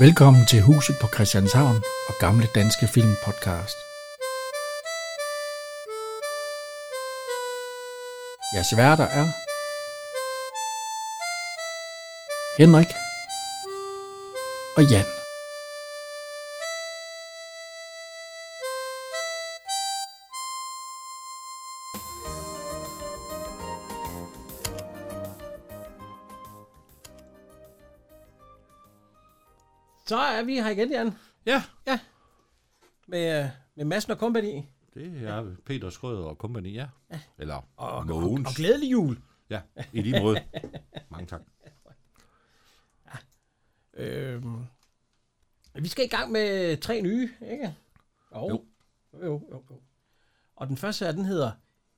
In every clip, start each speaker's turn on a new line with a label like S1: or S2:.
S1: Velkommen til Huset på Christianshavn og Gamle Danske Film Podcast. Jeres værter er Henrik og Jan.
S2: Så er vi her igen, Jan,
S3: Ja,
S2: med, øh, med Madsen og Company.
S3: det er Peter Skrøder og company, ja. Eller og, Mogens.
S2: Og glædelig jul.
S3: Ja, i lige måde. Mange tak.
S2: Øhm, vi skal i gang med tre nye, ikke? Jo.
S3: Jo.
S2: Jo, jo, jo, jo. Og den første her, den hedder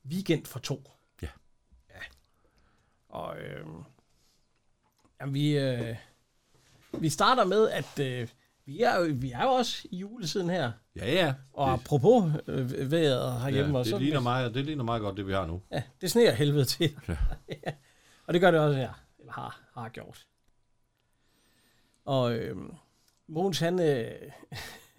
S2: Weekend for to.
S3: Ja.
S2: Ja. Og øhm, jamen, vi, øh, vi starter med, at øh, vi, er jo, vi er jo også i julesiden her.
S3: Ja, ja.
S2: Og
S3: det,
S2: apropos øh, vejret herhjemme
S3: ja,
S2: også.
S3: det, ligner meget, det ligner meget godt, det vi har nu.
S2: Ja, det sneer helvede til. Ja. og det gør det også her. Eller har, har gjort. Og øhm, Mogens, han,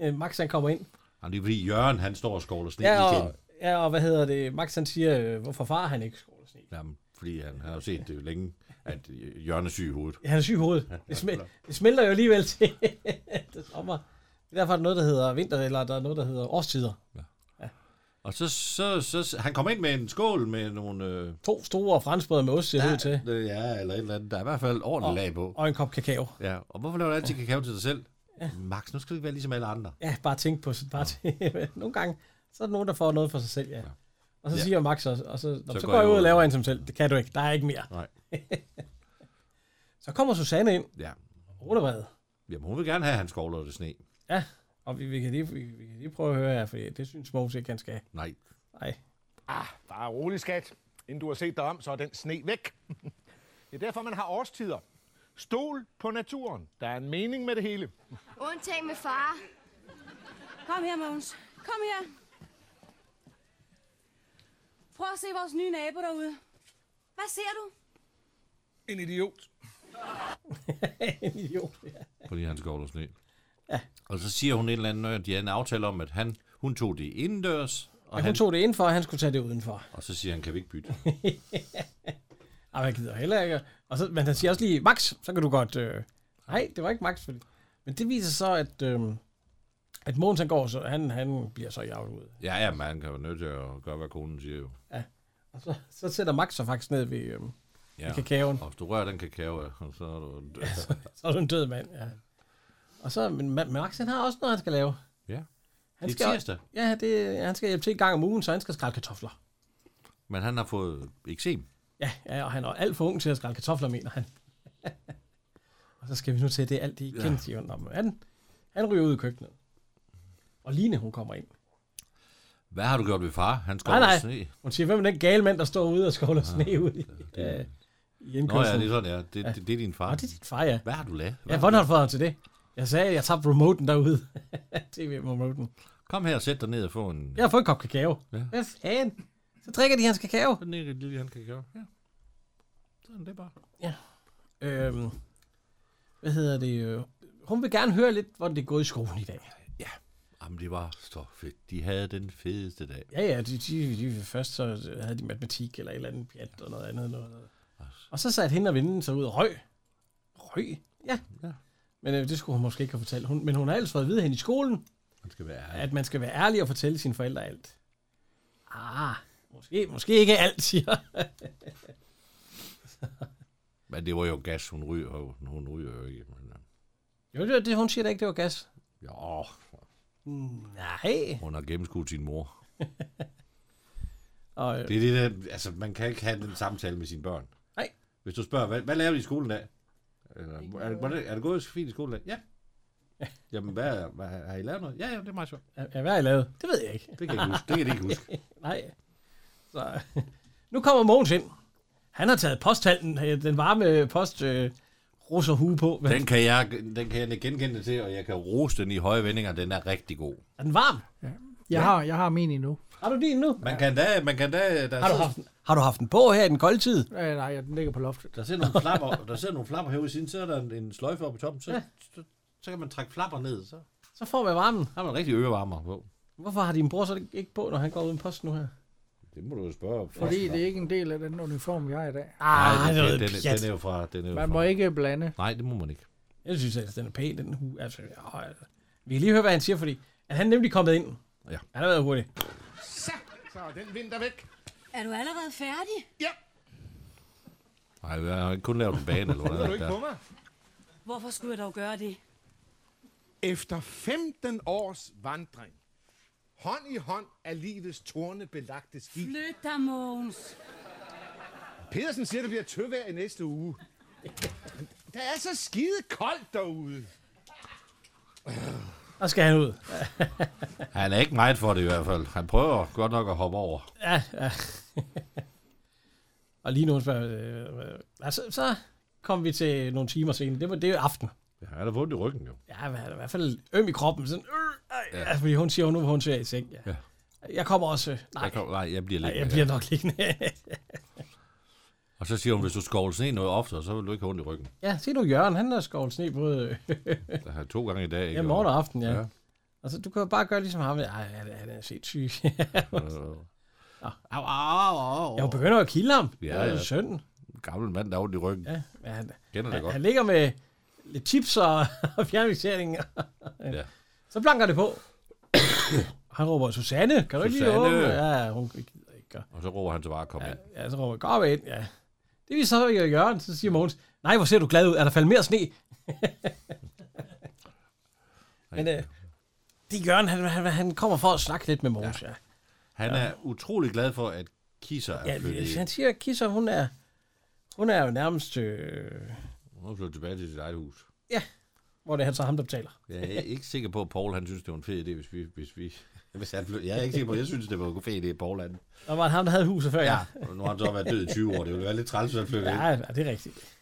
S2: øh, Max, han kommer ind.
S3: Og det er fordi Jørgen, han står og skovler sne
S2: Ja,
S3: igen.
S2: og, ja, og hvad hedder det? Max, han siger, øh, hvorfor far han ikke skåler sne?
S3: Jamen, fordi han har jo set det jo længe, at Jørgen er syg i hovedet.
S2: Han er syg i hovedet. Det, smel, det smelter jo alligevel til det sommer. Det er derfor, der er noget, der hedder vinter, eller der er noget, der hedder årstider.
S3: Og så, så, så, han kommer ind med en skål med nogle... Øh,
S2: To store franskbrød med ost, ser det ud til.
S3: øh, ja, eller et eller andet. Der er i hvert fald ordentligt lag på.
S2: Og en kop kakao.
S3: Ja, og hvorfor laver du altid kakao til dig selv? Max, nu skal du ikke være ligesom alle andre.
S2: Ja, bare tænk på bare ja. Nogle gange, så er der nogen, der får noget for sig selv, ja. ja. Og så
S3: Ja.
S2: siger Max også, og så, så, så
S3: går
S2: går jeg
S3: jeg
S2: ud og
S3: ud.
S2: laver en som selv. Det kan du ikke, der er ikke mere.
S3: Nej.
S2: Så kommer Susanne ind,
S3: Ja.
S2: rolerbredet.
S3: Jamen, hun vil gerne have, at han skovler det sne.
S2: Ja, og vi, vi, kan lige, vi, vi kan lige prøve at høre her, for det synes Mogens ikke, han skal.
S3: Nej,
S2: Nej.
S4: Ah, bare rolig, skat. Inden du har set dig om, så er den sne væk. det er derfor, man har årstider. Stol på naturen. Der er en mening med det hele.
S5: Undtagen med far.
S6: Kom her, Mogens. Kom her. Prøv at se vores nye nabo derude. Hvad ser du?
S4: En idiot.
S2: en idiot, ja.
S3: fordi han skovler sne. Ja. Og så siger hun et eller andet, at de havde en aftale om, at han, hun tog det indendørs, og,
S2: Og
S3: han,
S2: hun tog det indenfor, og han skulle tage det udenfor.
S3: og så siger han, kan vi ikke bytte?
S2: Ej, men jeg gider heller ikke. Og så, men han siger også lige, Max, så kan du godt... Øh... Nej, det var ikke Max. Fordi... Men det viser så, at, øh, at Mogens han går, så han, han bliver så jaget ud.
S3: Ja, ja, men han kan jo nødt til at gøre, hvad konen siger jo.
S2: Og så, så sætter Max sig faktisk ned ved, øh,
S3: Ja.
S2: ved kakaoen.
S3: Og hvis du rører den kakao, ja, og så er du...
S2: Så er du en død mand, ja. Og så, men Ma- Max, han har også noget, han skal lave.
S3: Ja,
S2: Han
S3: det
S2: skal,
S3: er tirsdag,
S2: Ja, det, han skal hjælpe til en gang om ugen, så han skal skrælle kartofler.
S3: men han har fået eksem.
S2: Ja, ja, og han er alt for ung til at skrælle kartofler, mener han. og så skal vi nu til, at det er alt det, I
S3: Ja.
S2: kendte, siger hun. Nå, men Han, han ryger ud i køkkenet. Og Line, hun kommer ind.
S3: Hvad har du gjort ved far? Han
S2: Nej,
S3: skovler
S2: nej.
S3: sne.
S2: Hun siger, hvem er den gale mand, der står ude og skovler
S3: Ah,
S2: sne ud i, ja, i
S3: Nå ja,
S2: indkørselen?
S3: det er sådan, ja. Det, det, det er din far.
S2: Nå, det er dit far, ja.
S3: Hvad har du lavet? Hvad
S2: Ja,
S3: har
S2: hvordan
S3: du
S2: har du fået ham til det? Jeg sagde, at jeg tabte remoten derude. TV-remoten.
S3: lavet? Kom her og sæt dig ned og få en...
S2: Jeg har fået en kop kakao. Ja.
S3: Ja.
S2: Hvad fanden? Så drikker de hans kakao.
S3: Den ene lille han kakao. Ja. Sådan, det er bare.
S2: Øhm, hvad hedder det? øh, Hun vil gerne høre lidt, hvordan det er gået i skolen i dag.
S3: Jamen, det var så fedt. De havde den fedeste dag.
S2: Ja, ja, de, de, de, først så havde de matematik eller et eller andet pjat og noget andet. Noget, noget. Og så satte hende og vinden sig ud og røg. Røg? Ja.
S3: Ja.
S2: Men øh, det skulle hun måske ikke have fortalt. Hun, men hun har ellers fået at vide hende i skolen,
S3: Han skal være ærlig.
S2: at man skal være ærlig og fortælle sine forældre alt. Ah, måske, måske ikke alt, siger
S3: Men det var jo gas, hun ryger jo. Hun ryger jo ikke. Men, øh,
S2: Jo, det, var det, hun siger da ikke, det var gas.
S3: jo,
S2: Nej.
S3: hun har gennemskuet sin mor.
S2: Og, øh,
S3: Det er det der, altså man kan ikke have den samtale med sine børn.
S2: Nej.
S3: Hvis du spørger, hvad, hvad laver de i skolen i dag? Eller, er, det, hvordan- er det gået så fint i skolen i dag? Ja. Jamen, hvad, hvad, har I lavet noget? Ja, ja, det er meget sjovt.
S2: er, hvad har I lavet? Det ved jeg ikke.
S3: Det kan jeg ikke huske. Det kan jeg ikke huske.
S2: Nej. Så, nu kommer Mogens ind. Han har taget posthalten, øh, den varme post, øh, russer hue på. Men
S3: Den kan jeg, den kan jeg genkende til, og jeg kan rose den i høje vendinger. Den er rigtig god.
S2: er den varm?
S7: Jeg, har, jeg har min endnu.
S2: Har du din nu?
S3: Man kan da, man kan da, der,
S2: Har du,
S3: sidder,
S2: haft, har du haft den på her i den kolde tid?
S7: Øh, nej, ja, den ligger på loftet.
S3: der sidder nogle flapper, der sidder nogle flapper herude i siden, så er der en, en sløjfe oppe på toppen, så, så, så kan man trække flapper ned, så
S2: Så får man varmen.
S3: har man rigtig ørevarmer på.
S2: Hvorfor har din bror så ikke på, når han går ud i posten nu her?
S3: Det må du jo spørge.
S1: Fordi det er ikke en del af den uniform, jeg har i dag.
S2: Ah. det
S3: Nej,
S2: er
S3: den,
S2: noget
S3: den, den,
S2: pjat.
S3: den, er jo fra... Den er jo
S1: Man
S3: fra.
S1: må ikke blande.
S3: Nej, det må man ikke.
S2: Jeg synes altså, den er pæn, den hu. Altså, ja, altså. Vi kan lige høre, hvad han siger, fordi at han er nemlig kommet ind.
S3: Ja.
S2: Han har været hurtig.
S4: Så, så er den vinter væk.
S6: Er du allerede færdig?
S4: Ja,
S3: Nej, jeg har kun lavet en bane, eller
S4: er du
S3: hvad
S4: ikke
S3: der.
S4: på mig?
S6: Hvorfor skulle jeg dog gøre det?
S4: Efter 15 års vandring, hånd i hånd af livets tornebelagte skib,
S6: Flyt dig, Mogens.
S4: Pedersen siger, det bliver tøvejr i næste uge. Der er så skide koldt derude.
S2: Og skal han ud.
S3: Han er ikke meget for det i hvert fald. Han prøver godt nok at hoppe over.
S2: Ja, ja. og lige nu spørger, øh, øh, altså, så kom vi til nogle timer senere. Det var det er jo aften.
S3: Ja, han har vundet i ryggen, jo.
S2: Ja, han er i hvert fald øm i kroppen. Sådan, øh, øh, ja. altså, fordi hun siger, nu hvor hun ser i seng. Ja.
S3: Ja.
S2: ja. Jeg kommer også. øh, Nej,
S3: Jeg kom, nej, jeg bliver
S2: nej,
S3: lidt.
S2: jeg bliver nok liggende.
S3: Og så siger hun, hvis du skovler sne noget oftere, så vil du ikke have ondt i ryggen.
S2: ja, se nu Jørgen, han har skovlet sne både øh,
S3: Der har to gange i dag. Ikke?
S2: ja, morgen og aften. Ja.
S3: Ja.
S2: ja. Altså, du kan jo bare gøre ligesom ham. Ej, han er- han er sindssyg.
S3: Øh,
S2: Au, au, au, au. Jeg begynder at kilde ham.
S3: Ja,
S2: Ja, ja.
S3: ja.
S2: Sønden.
S3: en gammel mand, der har ondt i ryggen.
S2: Ja, men han,
S3: Kender det
S2: han,
S3: godt.
S2: han ligger med lidt tips og, og fjernvisering.
S3: Ja.
S2: ja. Så blanker det på. han råber, Susanne, kan du ikke lige
S3: Susanne!"
S2: åbne? Ja, hun gider ikke.
S3: Og så råber han til bare, kom ind.
S2: Ja, så råber jeg, gå med ind, ja. Det vi så gør Jørgen, så siger Mogens, nej, hvor ser du glad ud, er der faldet mere sne? Men øh, det er Jørgen, han, han, han kommer for at snakke lidt med Mogens, ja.
S3: Han er utrolig glad for, at Kisser er
S2: ja.
S3: flyttet
S2: ja
S3: ind.
S2: han siger, at Kisser, hun er, hun er jo nærmest, øh,
S3: Hun er flyttet tilbage til sit eget hus.
S2: hvor det er han så ham, der betaler.
S3: Jeg er ikke sikker på, at Paul han synes, det var en fed idé, hvis vi... Hvis vi hvis han flyttede. Jeg er ikke sikker på, at jeg synes, det var en fed idé, Paul han.
S2: Der var ham, der havde huset før, ja.
S3: Ja, og nu har han så været død i 20 år. Det ville være lidt træls, hvis han flyttede ind.
S2: Ja, ja det er rigtigt.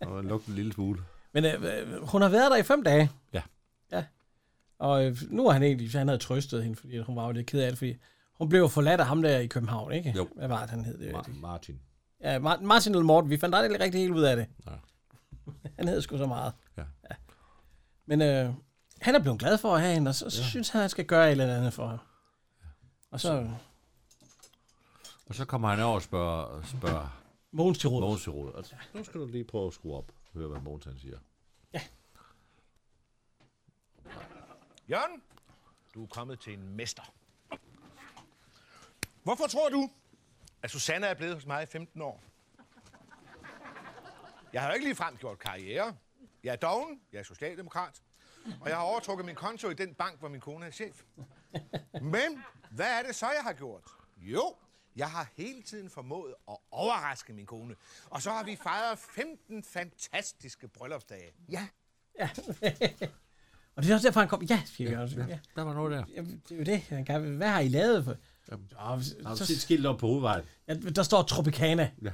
S3: Og han lugtede en lille smule.
S2: Men øh, øh, hun har været der i fem dage.
S3: Ja.
S2: Ja. Og øh, nu er han egentlig, han havde trøstet hende, fordi hun var jo lidt ked af det, fordi hun blev jo forladt af ham der i København, ikke?
S3: Jo.
S2: Hvad var det, han hed? Det,
S3: Ma- Martin.
S2: Ja, Mar- Martin eller Morten, vi fandt aldrig rigtig helt ud af det.
S3: Nej.
S2: Han hed sgu så meget.
S3: Ja.
S2: ja. Men øh, han er blevet glad for at have hende, og så, så ja. synes han, han skal gøre et eller andet for hende. Og så
S3: Og så kommer han over og spørger, spørger
S2: Mogens til råd.
S3: Mogens til råd. Altså, nu skal du lige prøve at skrue op og høre, hvad Mogens han siger.
S4: Jørgen, du er kommet til en mester. Hvorfor tror du, at Susanne er blevet hos mig i 15 år? Jeg har jo ikke ligefrem gjort karriere. Jeg er doven, jeg er socialdemokrat, og jeg har overtrukket min konto i den bank, hvor min kone er chef. Men hvad er det så, jeg har gjort? Jo, jeg har hele tiden formået at overraske min kone. Og så har vi fejret 15 fantastiske bryllupsdage. Ja,
S2: Og det er også derfor, han kom. Ja, siger Jørgensen. Ja, ja.
S3: Der var noget der.
S2: Jamen, det er jo det. Han kan, hvad har I lavet? For? Jamen,
S3: Har du
S2: så,
S3: set skilt op på hovedvejen?
S2: ja, der står Tropicana.
S3: Ja.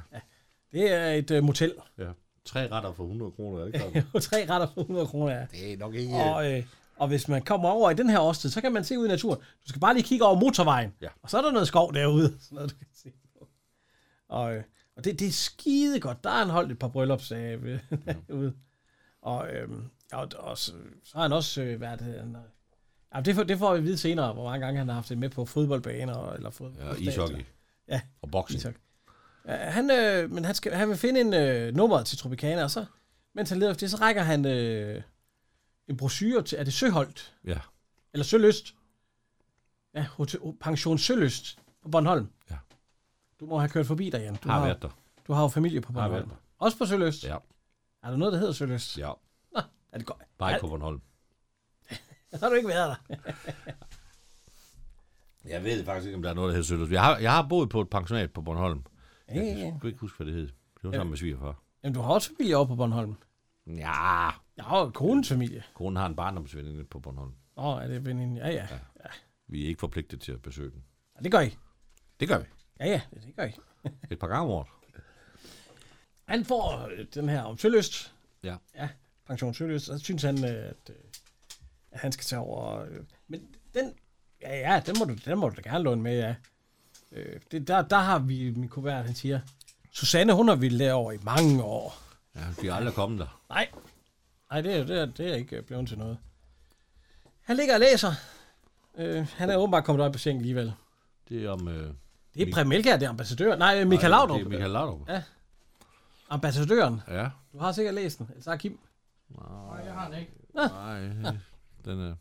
S2: Det er et uh, motel.
S3: Ja. Tre retter for 100 kroner, er det ikke
S2: Det er jo Tre retter for 100 kroner. Ja.
S3: Det er nok ikke...
S2: Og, øh, og hvis man kommer over i den her årstid, så kan man se ud i naturen. Du skal bare lige kigge over motorvejen.
S3: Ja.
S2: Og så er der noget skov derude. Sådan noget, du kan se på. Og, øh, og det, det er skide godt. Der har han holdt et par bryllupsdage ved-
S3: Mm.
S2: derude. Og, øh, og, og så, så har han også øh, været... Øh, han har- Jamen, det, får, det får vi at vide senere, hvor mange gange han har haft det med på fodboldbaner. Eller fod,
S3: Ja, og ishockey.
S2: Ja,
S3: Og boksning.
S2: Isak. Ja, han, øh, men han, skal, han vil finde en øh, nummer til Tropicana, og så, mens han leder efter det, så rækker han øh, en brochure til, er det Søholt?
S3: Ja.
S2: Eller Sølyst? Ja, hotel, pension Sølyst på Bornholm.
S3: Ja.
S2: Du må have kørt forbi der, Jan. Du
S3: Har været der.
S2: Du har jo familie på
S3: Har
S2: Bornholm.
S3: været
S2: Også på Sølyst?
S3: Ja.
S2: Er der noget, der hedder Sølyst?
S3: Ja.
S2: Er det godt?
S3: Bare ikke på Bornholm.
S2: Har du ikke været der?
S3: Jeg ved faktisk ikke, om der er noget, der hedder Sølyst. Jeg har, jeg har boet på et pensionat på Bornholm. Jeg
S2: Ja, ja,
S3: kan
S2: ja.
S3: sgu ikke huske, hvad det hed. Det var sammen med svigerfar.
S2: Jamen, du har også familie over på Bornholm.
S3: Ja,
S2: Jeg har jo konens familie.
S3: konen har en barndomsveninde på Bornholm.
S2: Åh, er det veninde? Ja, ja,
S3: Vi er ikke forpligtet til at besøge den.
S2: ja. Det gør I.
S3: Det gør vi.
S2: Ja, ja, det gør I.
S3: Et par gange om året.
S2: Han får øh, den her om Sølyst.
S3: Ja.
S2: Ja, pension Sølyst. Så synes han, øh, at, øh, at han skal tage over. øh. Men den, ja, ja, den må du, den må du da gerne låne med, ja. Øh, det, der, der har vi min kuvert, han siger. Susanne, hun har ville derovre i mange år.
S3: Ja, vi er aldrig kommet der.
S2: Nej. Nej, det, er- det, er- det er ikke øh, blevet til noget. Han ligger og læser. Øh, han er åbenbart kommet op på sengen alligevel.
S8: Det er om... Øh,
S2: Det er
S8: Mik-
S2: Præm Melgaard, det er ambassadøren. Nej, øh, Michael Laudrup.
S8: Det er Michael Laudrup.
S2: Ja. Ambassadøren.
S8: Ja.
S2: Du har sikkert læst den. Ellers har Kim.
S1: Nej, jeg har den ikke.
S8: Nej, øh, den er...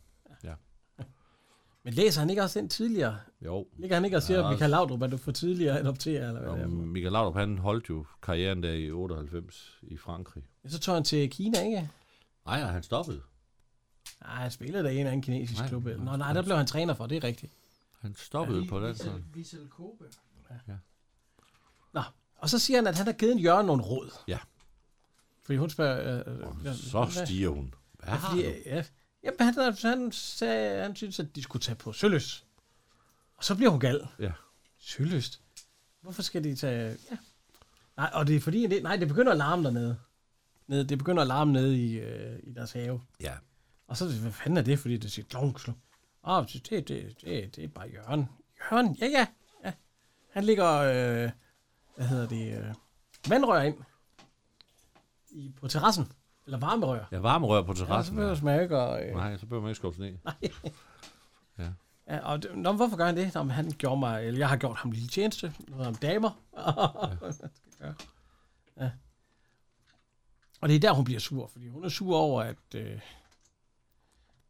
S2: Men læser han ikke også den tidligere?
S8: Jo.
S2: Ligger han ikke og siger,
S8: Ja,
S2: at Michael Laudrup er du for tidligere end op til, eller hvad det
S8: Om
S2: er?
S8: Michael Laudrup, han holdt jo karrieren der i 98 i Frankrig.
S2: Så tog han til Kina, ikke?
S8: Nej, og han stoppede.
S2: Nej, han spillede da i en eller anden kinesisk
S8: Nej,
S2: klub.
S8: nej.
S2: Nå, nej, der blev han træner for, det er rigtigt.
S8: Han stoppede på den.
S1: Vissel, Vissel Kobe.
S2: Og så siger han, at han har givet Jørgen nogle råd.
S8: Ja.
S2: Fordi hun spørger... Øh, øh, hvad-
S8: Så stiger hun. Hvad
S2: Ja,
S8: har
S2: fordi,
S8: du?
S2: øh, ja, jamen, han, han, sagde, han synes, at de skulle tage på Søløs. Og så bliver hun gal.
S8: Ja.
S2: Søløst? Hvorfor skal de tage... Ja. Nej, og det er fordi... Det, nej, det begynder at larme dernede. Nede, det begynder at larme nede i, øh, i deres have.
S8: Ja.
S2: Og så, er det, hvad fanden er det? Fordi det siger, klonk, slå. Åh, det, det, det, det er bare Jørgen. Jørgen, ja, ja. ja. Han ligger, øh, hvad hedder det, øh, vandrør ind i, på terrassen. Eller varmerør.
S8: Ja, varmerør på
S2: Ja, så
S8: terrassen.
S2: bliver det smage, og... Øh,
S8: Nej, så behøver man ikke skubbe ned.
S2: ja, og det, nå, men hvorfor gør han det? Nå, men han gjorde mig, eller jeg har gjort ham en lille tjeneste. Noget om damer. ja. ja. Og det er der, hun bliver sur, fordi hun er sur over, at, øh,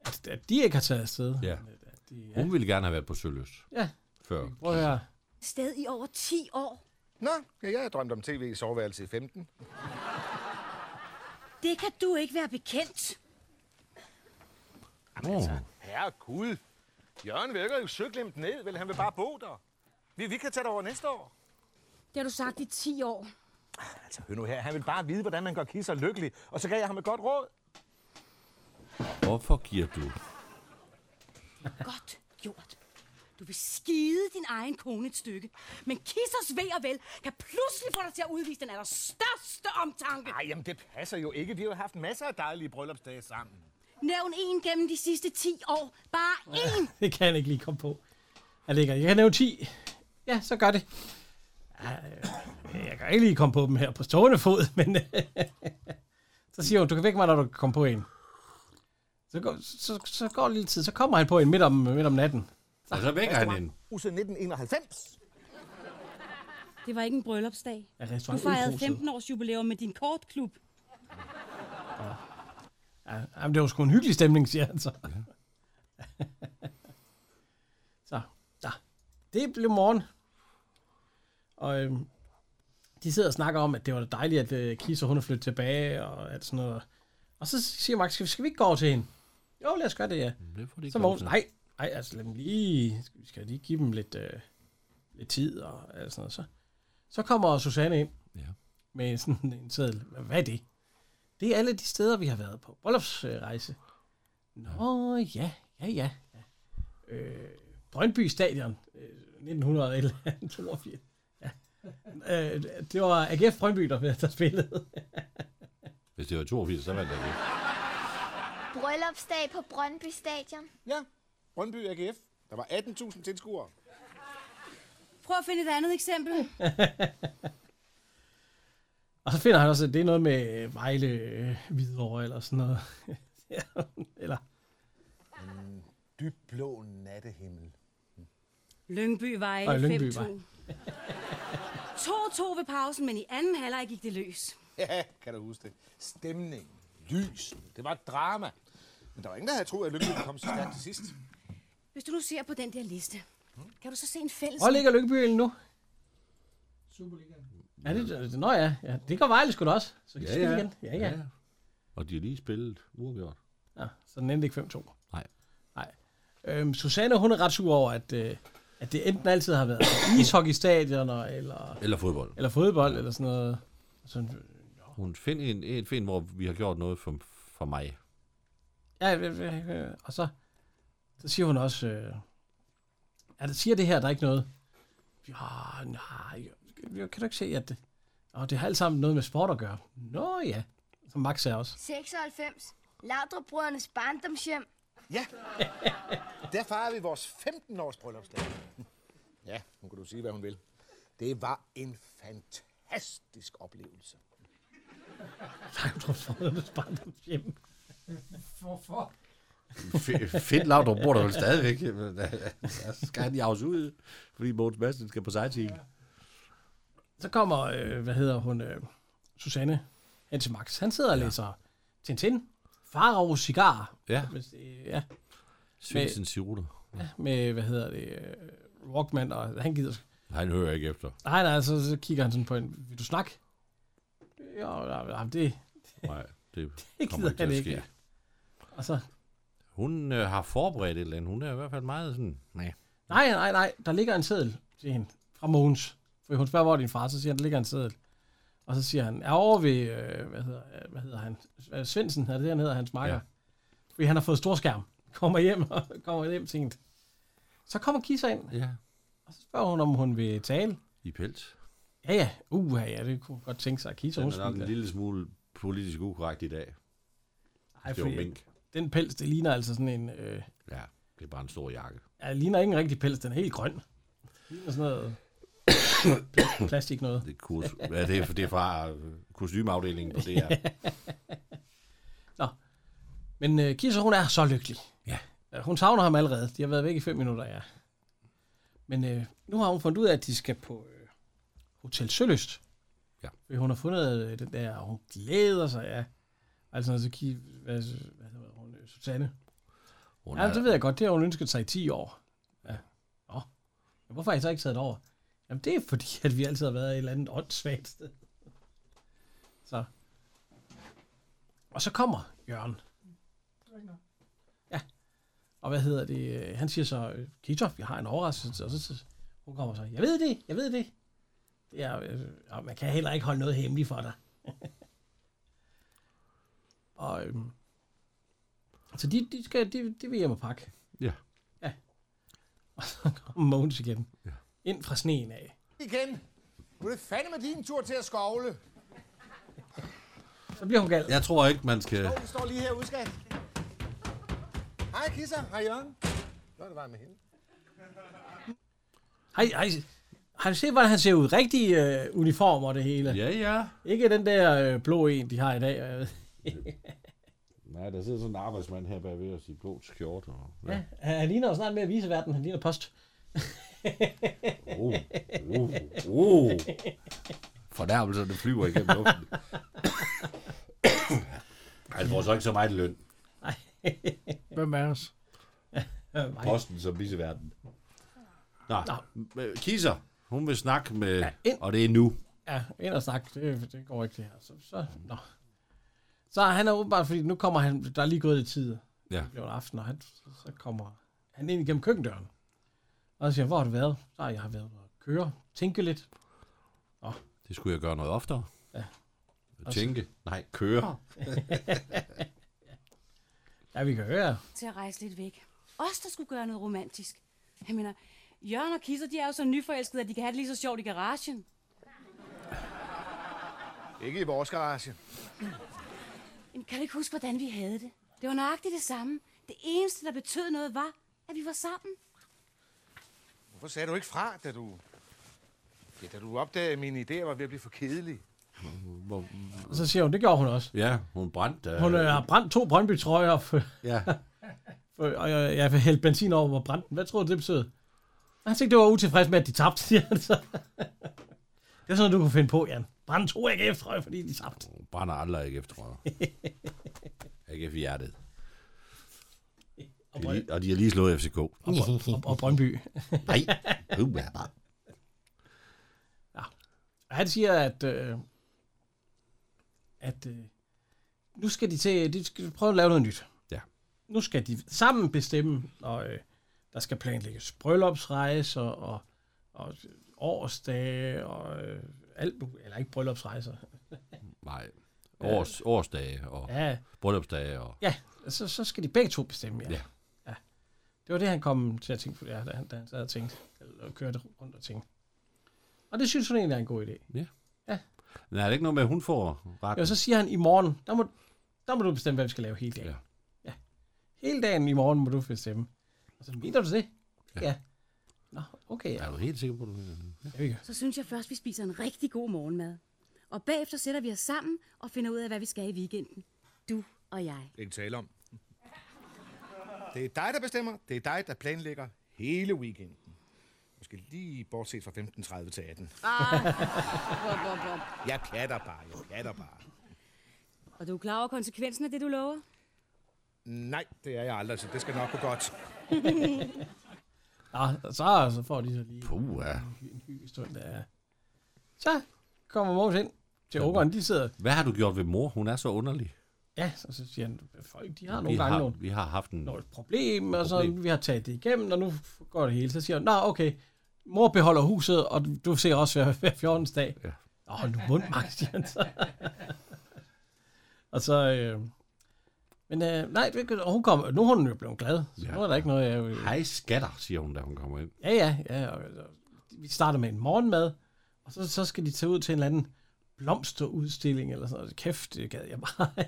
S2: at, at de ikke har taget afsted.
S8: Ja.
S2: At de, ja.
S8: Hun ville gerne have været på Søløs.
S2: Ja.
S8: Før.
S2: Prøv at høre.
S6: Sted i over 10 år.
S4: Nå, ja, jeg har drømt om tv i soveværelse i 15.
S6: Det kan du ikke være bekendt.
S8: Oh.
S4: Herregud. Jørgen vil jo ikke rive søglemt ned, vel? Han vil bare bo der. Vi, vi kan tage det over næste år.
S6: Det har du sagt i 10 år.
S4: Altså, hør nu her. Han vil bare vide, hvordan man gør kisser lykkelig. Og så gav jeg ham et godt råd.
S8: Hvorfor giver du?
S6: Godt gjort. Du vil skide din egen kone et stykke. Men Kissers ved og vel kan pludselig få dig til at udvise den allerstørste omtanke.
S4: Nej, jamen det passer jo ikke. Vi har jo haft masser af dejlige bryllupsdage sammen.
S6: Nævn en gennem de sidste 10 år. Bare én.
S2: Det kan jeg ikke lige komme på. Jeg ligger, jeg kan nævne 10. Ja, så gør det. Ej, Jeg kan ikke lige komme på dem her på stående fod, men så siger hun, du kan vække mig, når du kan komme på en. Så går, så, så går det lidt tid, så kommer han på en midt om, midt om natten.
S8: Og så vækker han hende.
S4: Huset 1991.
S6: Det var ikke en bryllupsdag.
S2: Ja,
S6: Du
S2: restaurant
S6: fejrede
S2: Ølhuset.
S6: 15 års jubilæum med din kortklub.
S2: Ja, jamen, det var sgu en hyggelig stemning, siger han så. Ja. så, ja. Det blev morgen. Og øhm, de sidder og snakker om, at det var da dejligt, at øh, Kisser hun er flyttet tilbage og alt sådan noget. Og så siger Max, skal vi, skal vi ikke gå over til hende? Jo, lad os gøre det, ja.
S8: Det får de
S2: Så
S8: ikke lov
S2: Mogens,
S8: til.
S2: nej, nej, altså lad dem lige, skal vi skal lige give dem lidt, øh, lidt tid og alt sådan noget. Så, så kommer Susanne ind
S8: Ja.
S2: med sådan en seddel. Hvad er det? Det er alle de steder, vi har været på bryllupsrejse. Nå, ja, ja, ja. ja. Øh, Brøndby Stadion, øh, 1900 eller 82. Ja. Øh, det var AGF Brøndby, der, der spillede.
S8: Hvis det var 82, så vandt jeg det.
S9: Bryllupsdag på Brøndby Stadion.
S4: Ja, Brøndby AGF. Der var 18.000 tilskuere.
S6: Prøv at finde et andet eksempel.
S2: Og så finder han også, at det er noget med Vejle øh, Hvidovre eller sådan noget. Ja, eller
S4: Dybblå nattehimmel.
S6: Lyngby Vejle
S2: Og Lyngby
S6: 5-2. 2-2 ved pausen, men i anden halvleg gik det løs.
S4: Ja, kan du huske det. Stemning, lys, det var et drama. Men der var ingen, der havde troet, at Lyngby ville komme så stærkt til sidst.
S6: Hvis du nu ser på den der liste, kan du så se en fælles...
S2: Hvor ligger Lyngby egentlig nu?
S1: Superligaen.
S2: Ja, det, det, nå ja, ja, det går Vejle sgu da også. Så kan de spille igen. Ja, ja.
S8: Og de har lige spillet uafgjort.
S2: ja så den endte ikke 5-2.
S8: Nej.
S2: Nej. Øhm, Susanne, hun er ret sur over, at, øh, at det enten altid har været ishockeystadioner, eller,
S8: Eller fodbold.
S2: eller fodbold, eller sådan noget. Altså, Sådan,
S8: Hun find en, en find, hvor vi har gjort noget for, for mig.
S2: ja, øh, øh, øh, og så, så siger hun også, øh, ja, der siger det her, der er ikke noget. Ja, nej, jeg, kan du ikke se, at det, og det har alt sammen noget med sport at gøre. Nå ja, som Max sagde også.
S9: 96. Laudrup-brødrenes barndomshjem.
S4: Ja, der fejrede vi vores 15-års bryllupsdag. Ja, nu kan du sige, hvad hun vil. Det var en fantastisk oplevelse.
S2: Laudrup Brødrenes Barndomshjem.
S1: Hvorfor?
S8: Fe- Fedt Laudrup bor der vel stadigvæk. men, øh, Så skal han i afs ud, fordi Mogens Madsen skal på sightseeing.
S2: Så kommer, øh, hvad hedder hun, øh, Susanne hen til Max. Han sidder og læser Tintin, Faraos cigar,
S3: Ja,
S2: hvis det, ja,
S3: synes sin siruter.
S2: med, hvad hedder det, øh, Walkman, og han gider
S3: Han hører ikke efter.
S2: Nej, nej, så, så kigger han sådan på en, vil du snakke? Ja, nej, nej, det,
S3: Nej, det
S2: det
S3: kommer
S2: gider
S3: ikke
S2: han
S3: til at
S2: ikke.
S3: ske.
S2: Ja. Og så,
S3: Hun øh, har forberedt et eller andet. Hun er i hvert fald meget sådan... Nej.
S2: nej, nej, nej, der ligger en seddel til hende fra Mogens. For hun spørger, hvor er din far, så siger han, der ligger en seddel. Og så siger han, er over ved, øh, hvad, hedder, øh, hvad hedder han, Øh, Svendsen, er det det, han hedder, hans makker? Ja.
S3: Ja.
S2: Fordi han har fået storskærm. Kommer hjem og kommer hjem sent. Så kommer Kisser ind,
S3: Ja.
S2: og så spørger hun, om hun vil tale.
S3: I pels.
S2: Ja, ja, uh, ja, det kunne hun godt tænke sig, at Kisser,
S8: Den
S2: hun
S8: er nok en
S2: smiler.
S8: lille smule politisk ukorrekt i dag.
S2: Ej,
S3: Det var
S2: fordi
S3: mink.
S2: Den pels, det ligner altså sådan en... Øh,
S3: Ja, det er bare en stor jakke.
S2: Ja, det ligner ikke en rigtig pels, den er helt grøn. Det ligner sådan noget pl- plastik noget.
S3: Det er, kurs, ja, det er, det er fra øh, kostymeafdelingen på DR.
S2: Men øh, Kisser, hun er så lykkelig.
S3: Ja.
S2: Øh, Hun savner ham allerede. De har været væk i fem minutter, ja. Men øh, nu har hun fundet ud af, at de skal på øh, Hotel Sølyst.
S3: Ja.
S2: Fordi hun har fundet øh, den der, og hun glæder sig, ja. Altså, så kig, hvad, hvad hedder hun, øh, Susanne.
S3: Hun
S2: Ja, det
S3: er,
S2: ved jeg godt. Det har hun ønsket sig i 10 år. Ja. Nå. Men hvorfor har I så ikke taget det over? Jamen, det er fordi, at vi altid har været et eller andet åndssvagt sted. Så. Og så kommer Jørgen. Ja. Og hvad hedder det? øh, Han siger så, øh, Kitov, jeg har en overraskelse. Og så, så hun kommer så, jeg ved det, jeg ved det. Det er, øh, og man kan heller ikke holde noget hemmeligt for dig. og øhm, så de, de, skal, de, de vil hjem og pakke.
S3: Ja.
S2: Ja. Og så kommer Mogens igen. Ja. Ind fra sneen af.
S4: Igen. Nu er det fandme din tur til at skovle.
S2: Så bliver hun gal. Ja.
S3: jeg tror ikke, man skal...
S4: Jo, vi står lige her udskat. Hej Kisser, hej Jørgen. Nå, det var med hende.
S2: Hej, hej. Har du set, hvordan han ser ud? Rigtig øh, uniform og det hele. Ja.
S3: Ja, ja.
S2: Ikke den der øh, blå en, de har i dag. øh. og jeg ved-
S8: Nej, der sidder sådan en arbejdsmand her bagved os i blå skjorte. Og, ja.
S2: Han ligner jo snart mere viseverden. Han ligner post.
S8: Uh, uh, uh.
S3: Fornærmelserne flyver igennem luften.
S8: Han får så ikke så meget løn.
S1: Hvem er os?
S2: Øh, mig.
S8: Posten som viseverden.
S3: Nå,
S2: Nå.
S3: øh, Kisser, hun vil snakke med...
S2: ind.
S3: og det er nu.
S2: Ja, ind og snak. Det, det går ikke det her. Så, så, nå. så han er åbenbart, fordi nu kommer han, der er lige gået lidt tid.
S3: Ja.
S2: Det blev en aften, og han, så kommer han ind igennem køkkendøren. Og så siger han, hvor har du været? Så har jeg har været ude at køre, tænke lidt.
S3: Det skulle jeg gøre noget oftere.
S2: Ja.
S3: At tænke. Nej, køre.
S2: Ja, vi kan høre.
S6: til at rejse lidt væk. Os, der skulle gøre noget romantisk. Jeg mener, Jørgen og Kisser, de er jo så nyforelskede, at de kan have det lige så sjovt i garagen.
S4: Ikke i vores garage.
S6: Jamen, kan du ikke huske, hvordan vi havde det? Det var nøjagtigt det samme. Det eneste, der betød noget, var, at vi var sammen.
S4: Hvorfor sagde du ikke fra, da du... Ja, da du opdagede, at mine idéer var ved at blive for kedelige.
S2: Og så siger hun, det gjorde hun også.
S3: Ja, hun brændte... øh,
S2: Hun øh, har brændt to Brøndby-trøjer, for,
S3: Ja,
S2: for, og jeg, jeg har hældt benzin over og brændt den. Hvad tror du, det betød? Han tænkte, det var utilfreds med, at de tabte, siger han så. Det er sådan noget, du kunne finde på, Jan. Brænde to AGF-trøjer, fordi de tabte.
S3: hun brænder aldrig ikke efter AGF i hjertet.
S2: Og,
S3: De er
S2: Brøn-
S3: lige, og de har lige slået FCK.
S2: og, og Brøndby.
S3: Nej. Uh, ja, bare.
S2: Og han siger, at, øh, at øh, nu skal de til, de skal prøve at lave noget nyt.
S3: Ja.
S2: Nu skal de sammen bestemme, og øh, der skal planlægges bryllupsrejser og, og årsdage og øh, alt nu, eller ikke bryllupsrejser.
S3: Nej. Års, årsdage og ja.
S2: Ja,
S3: bryllupsdage. Og,
S2: ja så, så skal de begge to bestemme, ja.
S3: Ja.
S2: ja. Det var det, han kom til at tænke på, ja, da, han, da han sad og tænkte, eller kørte rundt og tænkte. Og det synes hun egentlig er en god idé.
S3: men er det ikke noget med, at hun får ret?
S2: Ja, og så siger han, i morgen, der må, der må du bestemme, hvad vi skal lave hele dagen. Ja.
S3: Ja.
S2: ja. Hele dagen i morgen må du bestemme. Og så mener du det? Ja.
S3: Ja.
S2: ja. Nå, okay. Ja.
S3: Er du helt sikker på det?
S2: Ja, vi gør.
S6: Så synes jeg først, vi spiser en rigtig god morgenmad. og bagefter sætter vi os sammen og finder ud af, hvad vi skal i weekenden. Du og jeg.
S4: Ikke tale om. Det er dig, der bestemmer. Det er dig, der planlægger hele weekenden. Måske lige bortset fra 15.30 til 18.
S6: Blop, blop, blop.
S4: Jeg platter bare, jeg platter bare.
S6: Og du er klar over konsekvensen af det, du lover?
S4: Nej, det er jeg aldrig, så det skal nok gå godt.
S2: Nå, så, så får de så lige
S3: Puh, ja.
S2: en hyggestund. Ja. Så kommer Mogens ind til Åkeren, de sidder.
S3: Hvad har du gjort ved mor? Hun er så underlig.
S2: Ja, og så siger han, folk de har
S3: Vi
S2: nogle gange
S3: har,
S2: nogle
S3: vi har haft en...
S2: noget problem, og så
S3: Problem.
S2: vi har taget det igennem, og nu går det hele. Så siger han, nå okay, mor beholder huset, og du ser også hver, hver 14. dag.
S3: Ja.
S2: Nå, hold nu mund, Max, siger han så. og så, øh, men øh, nej, det- og hun kom, nu er hun jo blevet glad, så ja.
S3: Ja.
S2: nu er der ikke noget, jeg vil...
S3: Hej skatter, siger hun, da hun kommer ind.
S2: Ja, ja, ja. Og, og, vi starter med en morgenmad, og så, så skal de tage ud til en eller anden blomsterudstilling, eller sådan noget. Kæft, det gad jeg bare.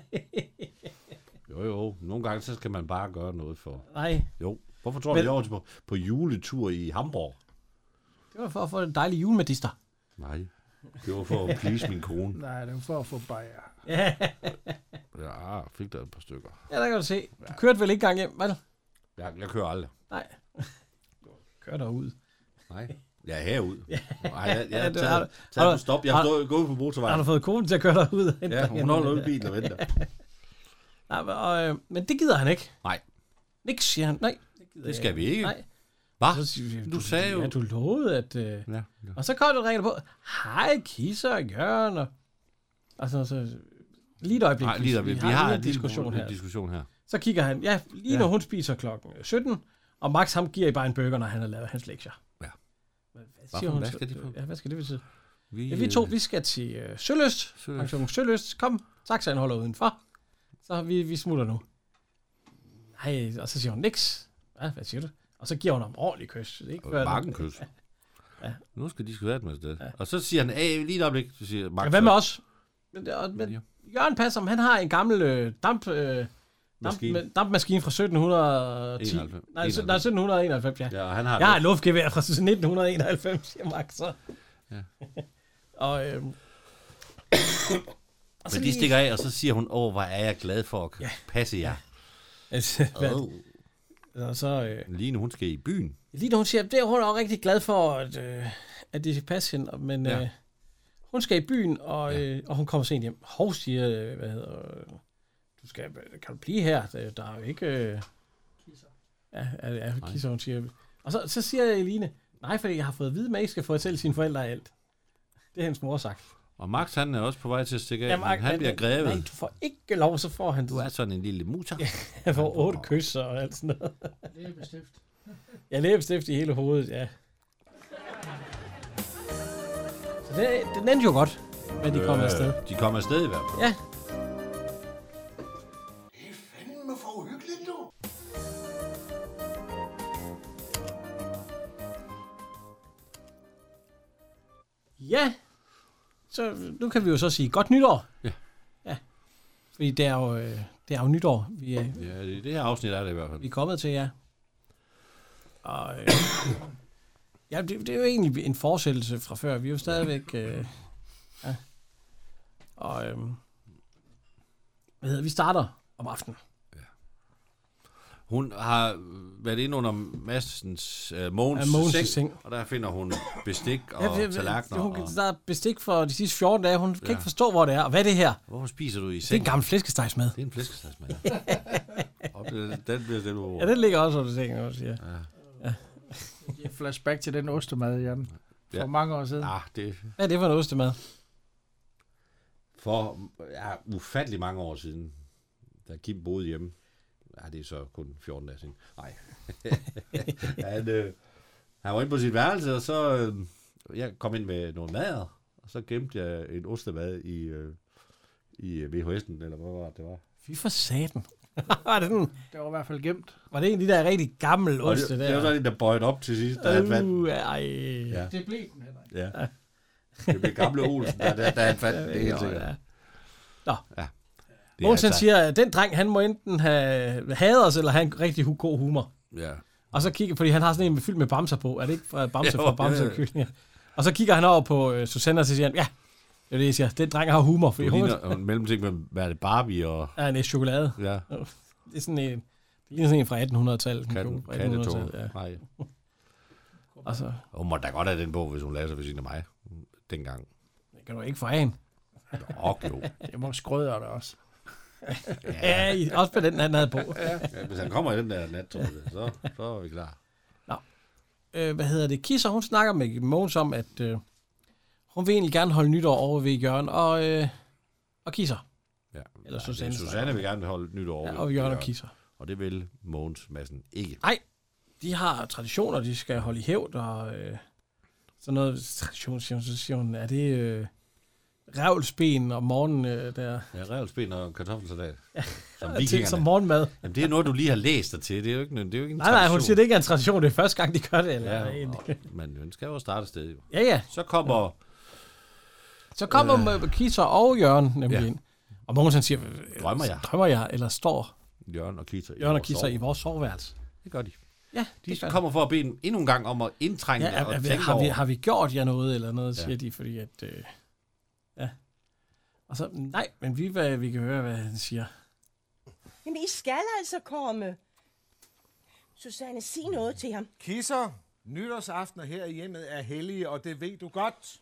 S3: Jo, jo. Nogle gange, så skal man bare gøre noget for...
S2: nej,
S3: Jo. Hvorfor tror du,
S2: Men-
S3: jeg var til på, på juletur i Hamburg?
S2: det var for at få en dejlig julemedister.
S3: Nej. Det var for at please min kone.
S1: Nej, det var for at få bajer.
S3: Ja, fik der et par stykker.
S2: Ja, der kan du se. Du kørte vel ikke engang hjem, vel?
S3: Jeg, jeg kører aldrig.
S2: Nej. Kør derud.
S3: Nej. Jeg er herud. Nej, jeg, jeg,
S2: Ja,
S3: jeg
S2: du-
S3: tager,
S2: har du-
S3: tager
S2: har
S3: på
S2: du-
S3: stop. Jeg
S2: har-
S3: står gået på
S2: Har
S3: motorvejen.
S2: du fået konen til at køre derud? og hente
S3: Ja,
S2: dig
S3: hun
S2: hen?
S3: holder ude i bilen og venter.
S2: Nej, men, og, øh, men det gider han ikke.
S3: Nej.
S2: Niks, siger han. Nej, det gider
S3: Det
S2: jeg
S3: skal vi ikke.
S2: Nej.
S3: Hva?
S2: Så siger vi,
S3: Du sagde jo...
S2: Ja, du lovede, at... Øh,
S3: Ja, ja.
S2: Og så kom det regler på, hej Kisser og Jørgen, og, og så, så, lige et øjeblik,
S3: Nej, lige der, vi, vi har
S2: lige
S3: en
S2: en diskussion her.
S3: diskussion her.
S2: Så kigger han, ja, lige når hun spiser klokken 17, og Max ham giver I bare en burger, når han har lavet hans lektier.
S3: Ja.
S2: Hvad, hvad
S3: for-
S2: siger hun?
S3: hvad
S2: så?
S3: skal de på?
S2: Ja, hvad skal det betyde? Ja, vi to,
S3: øh,
S2: vi skal til øh, Søløst,
S3: Sølyst.
S2: pension Søløst. Kom, taxaen holder udenfor. Så vi, vi smutter nu. Nej, og så siger hun niks. Hvad, hvad siger du? Og så giver hun ham ordentlig kys. Ikke?
S3: Og
S2: Før-
S3: Marken kys.
S2: Ja.
S3: Nu skal de sgu være med sted. Og så siger han, hey, lige et øjeblik, så siger Mark.
S2: Ja, hvad med
S3: så-
S2: os? Men, det- og, men
S3: Ja.
S2: Jørgen Passer, han har en gammel øh, damp, øh, damp,
S3: Maskine.
S2: med- dampmaskine fra 1710.
S3: 91.
S2: Nej, sytten- nej, 1791, ja.
S3: Ja, og han har
S2: Jeg har et luftgevær fra 1991, siger Max så.
S3: Ja.
S2: og, øhm, og
S3: Men de stikker af, og så siger hun, åh, hvor er jeg glad for at passe jer.
S2: Altså, hvad-
S3: Åh.
S2: og så, øh,
S3: Lige nu, hun skal i byen.
S2: lige nu hun siger, det er hun også rigtig glad for, at, øh, at det skal passe hende, og- men
S3: Ja.
S2: øh, hun skal i byen, og, øh, og hun kommer sent hjem. Hov, siger, øh, hvad hedder, øh, du skal, øh, kan du blive her? Der, der er jo ikke... Øh, ja, ja, ja kisser, hun siger. Og så, så siger Eline, nej, fordi jeg har fået at vide, at man ikke skal fortælle sine forældre alt. Det er hendes mor sagt.
S3: Og Max, han er også på vej til at stikke af,
S2: Jamen,
S3: men han bliver
S2: Nej,
S3: grevet.
S2: du får ikke lov, så får han,
S3: Du er sådan en lille mutter.
S2: han får otte kys og alt sådan noget.
S1: Det er bestemt.
S2: Jeg læbestift i hele hovedet, ja. Så det, den endte jo godt, men de kom afsted.
S3: Øh, De kommer afsted i hvert fald.
S2: Ja,
S4: Fanden for uhyggeligt, du.
S2: ja. Så nu kan vi jo så sige godt nytår.
S3: Ja.
S2: Ja. Fordi det er jo, øh, det er jo nytår, vi er,
S3: Ja, i det her afsnit er det i hvert fald.
S2: vi er kommet til, ja. Og, øh, ja, det, det er jo egentlig en fortsættelse fra før. Vi er jo stadigvæk... Øh, ja. Og øh, hvad hedder, vi starter om aftenen.
S3: Hun har været inde under Madsens, øh, Mogens,
S2: Ja, Mogens'
S3: seng,
S2: seng.
S3: og der finder hun bestik og
S2: Ja, det-
S3: tallerkener.
S2: hun,
S3: og,
S2: Der er bestik for de sidste 14 dage. Hun kan
S3: Ja.
S2: ikke forstå, hvor det er. Og hvad er det her?
S3: Hvorfor spiser du i
S2: Det er en
S3: sengen?
S2: gammel flæskestegsmad.
S3: Det er en flæskestegsmad. og det- den bliver selv over.
S2: Ja, den ligger også under sengen, også, ja.
S1: Det er flashback til den ostemad, Jan. For
S3: Ja.
S1: ja. mange år siden.
S3: Ah, det er
S2: Hvad er det for en ostemad?
S3: for ja, ufattelig mange år siden, da Kim boede hjemme. Ja, det er så kun 14 dage siden. Nej. han, øh, han var inde på sit værelse, og så øh, jeg kom ind med noget mad, og så gemte jeg en ostemad i, øh, i øh, VHS'en, eller hvad var det, det var.
S2: Fy for satan. var, det den,
S1: Det var i hvert fald gemt.
S2: var det en af de der rigtig gammel
S3: Og
S2: oste
S3: det, det var
S2: der?
S3: sådan en, der bøjede op til sidst, da han
S2: Uh,
S3: fandt
S2: ej.
S3: Ja.
S1: Det blev den, Henrik.
S3: Ja. Det blev gamle Olsen, da, da, da han fandt den, det er helt sikkert.
S2: Ja.
S3: Det er
S2: Mogensen
S3: altså-
S2: siger, at den dreng, han må enten have hadet os, eller have en rigtig hu- god humor.
S3: Ja.
S2: Og så kigger, fordi han har sådan en med- fyldt med bamser på. Er det ikke fra bamser
S3: Jo,
S2: fra bamser
S3: ja,
S2: og
S3: ja.
S2: kyllinger? Og så kigger han over på øh, Susanne, og så siger han, ja, Det er det, jeg siger. Den dreng har humor, for
S3: Du
S2: hun
S3: ligner en mellemting mellem, hvad er det, Barbie og
S2: er en chokolade.
S3: ja,
S2: Det er sådan en, det ligner sådan en fra 1800-tallet. sådan en
S3: katten,
S2: dukke fra
S3: kattetog.
S2: 1800-tallet, Ja.
S3: Nej.
S2: Og så
S3: Hun må da godt have den på, hvis hun læser ved siden af mig dengang.
S2: det kan du ikke få af hende.
S3: Nå, jo.
S1: Det må skrøder der også.
S2: Ja, I- også på den, han havde på.
S3: Ja, hvis han kommer i den der nattog, så, så er vi klar.
S2: øh, hvad hedder det, Kisser, hun snakker med Mogens om, at øh, hun vil egentlig gerne holde nytår over ved Jørgen og, øh, og Kisser.
S3: Ja.
S2: Eller
S3: Det er
S2: Susanne.
S3: Susanne vil gerne holde et nyt år.
S2: Ja, og Jørgen og Kisser.
S3: Og det vil Mogens Madsen ikke.
S2: De har traditioner, de skal holde i hævd, og øh, sådan noget tradition, siger hun, så siger hun, er det øh, revlsben om morgenen øh, der?
S3: Ja, revlsben og kartoffelsalat. Som
S2: Til, som
S3: vikingerne.
S2: morgenmad.
S3: Jamen, det er noget, du lige har læst dig til. Det er jo ikke, en- det er jo ikke en
S2: Nej, nej, hun
S3: tradition.
S2: siger, det ikke er en tradition, det er første gang, de gør det. Eller, ja,
S3: Ja, og, men den skal jo starte et sted. Jo.
S2: ja, ja.
S3: Så kommer...
S2: Så kommer øh, Kisser og Jørgen nemlig
S3: Ja.
S2: ja. ind. Og Mogens han siger,
S3: Drømmer jeg?
S2: drømmer jeg, eller står
S3: Jørgen og Kisser. i
S2: Jørgen og
S3: vores
S2: Kisser i
S3: soveværelse.
S2: vores soveværelse?
S3: Det gør de.
S2: Ja,
S3: De
S2: det gør
S3: kommer for at bede dem endnu en gang om at indtrænge
S2: Ja,
S3: ja, og
S2: er, er,
S3: tænke
S2: har, vi,
S3: over.
S2: har vi gjort jer noget eller noget, siger
S3: Ja.
S2: ja. de, fordi at... Øh, ja. Og så, nej, men vi, hvad, vi kan høre, hvad han siger.
S10: Jamen, I skal altså komme. Susanne, sig noget til ham.
S4: Kisser, nytårsaftener her i hjemmet er hellige, og det ved du godt.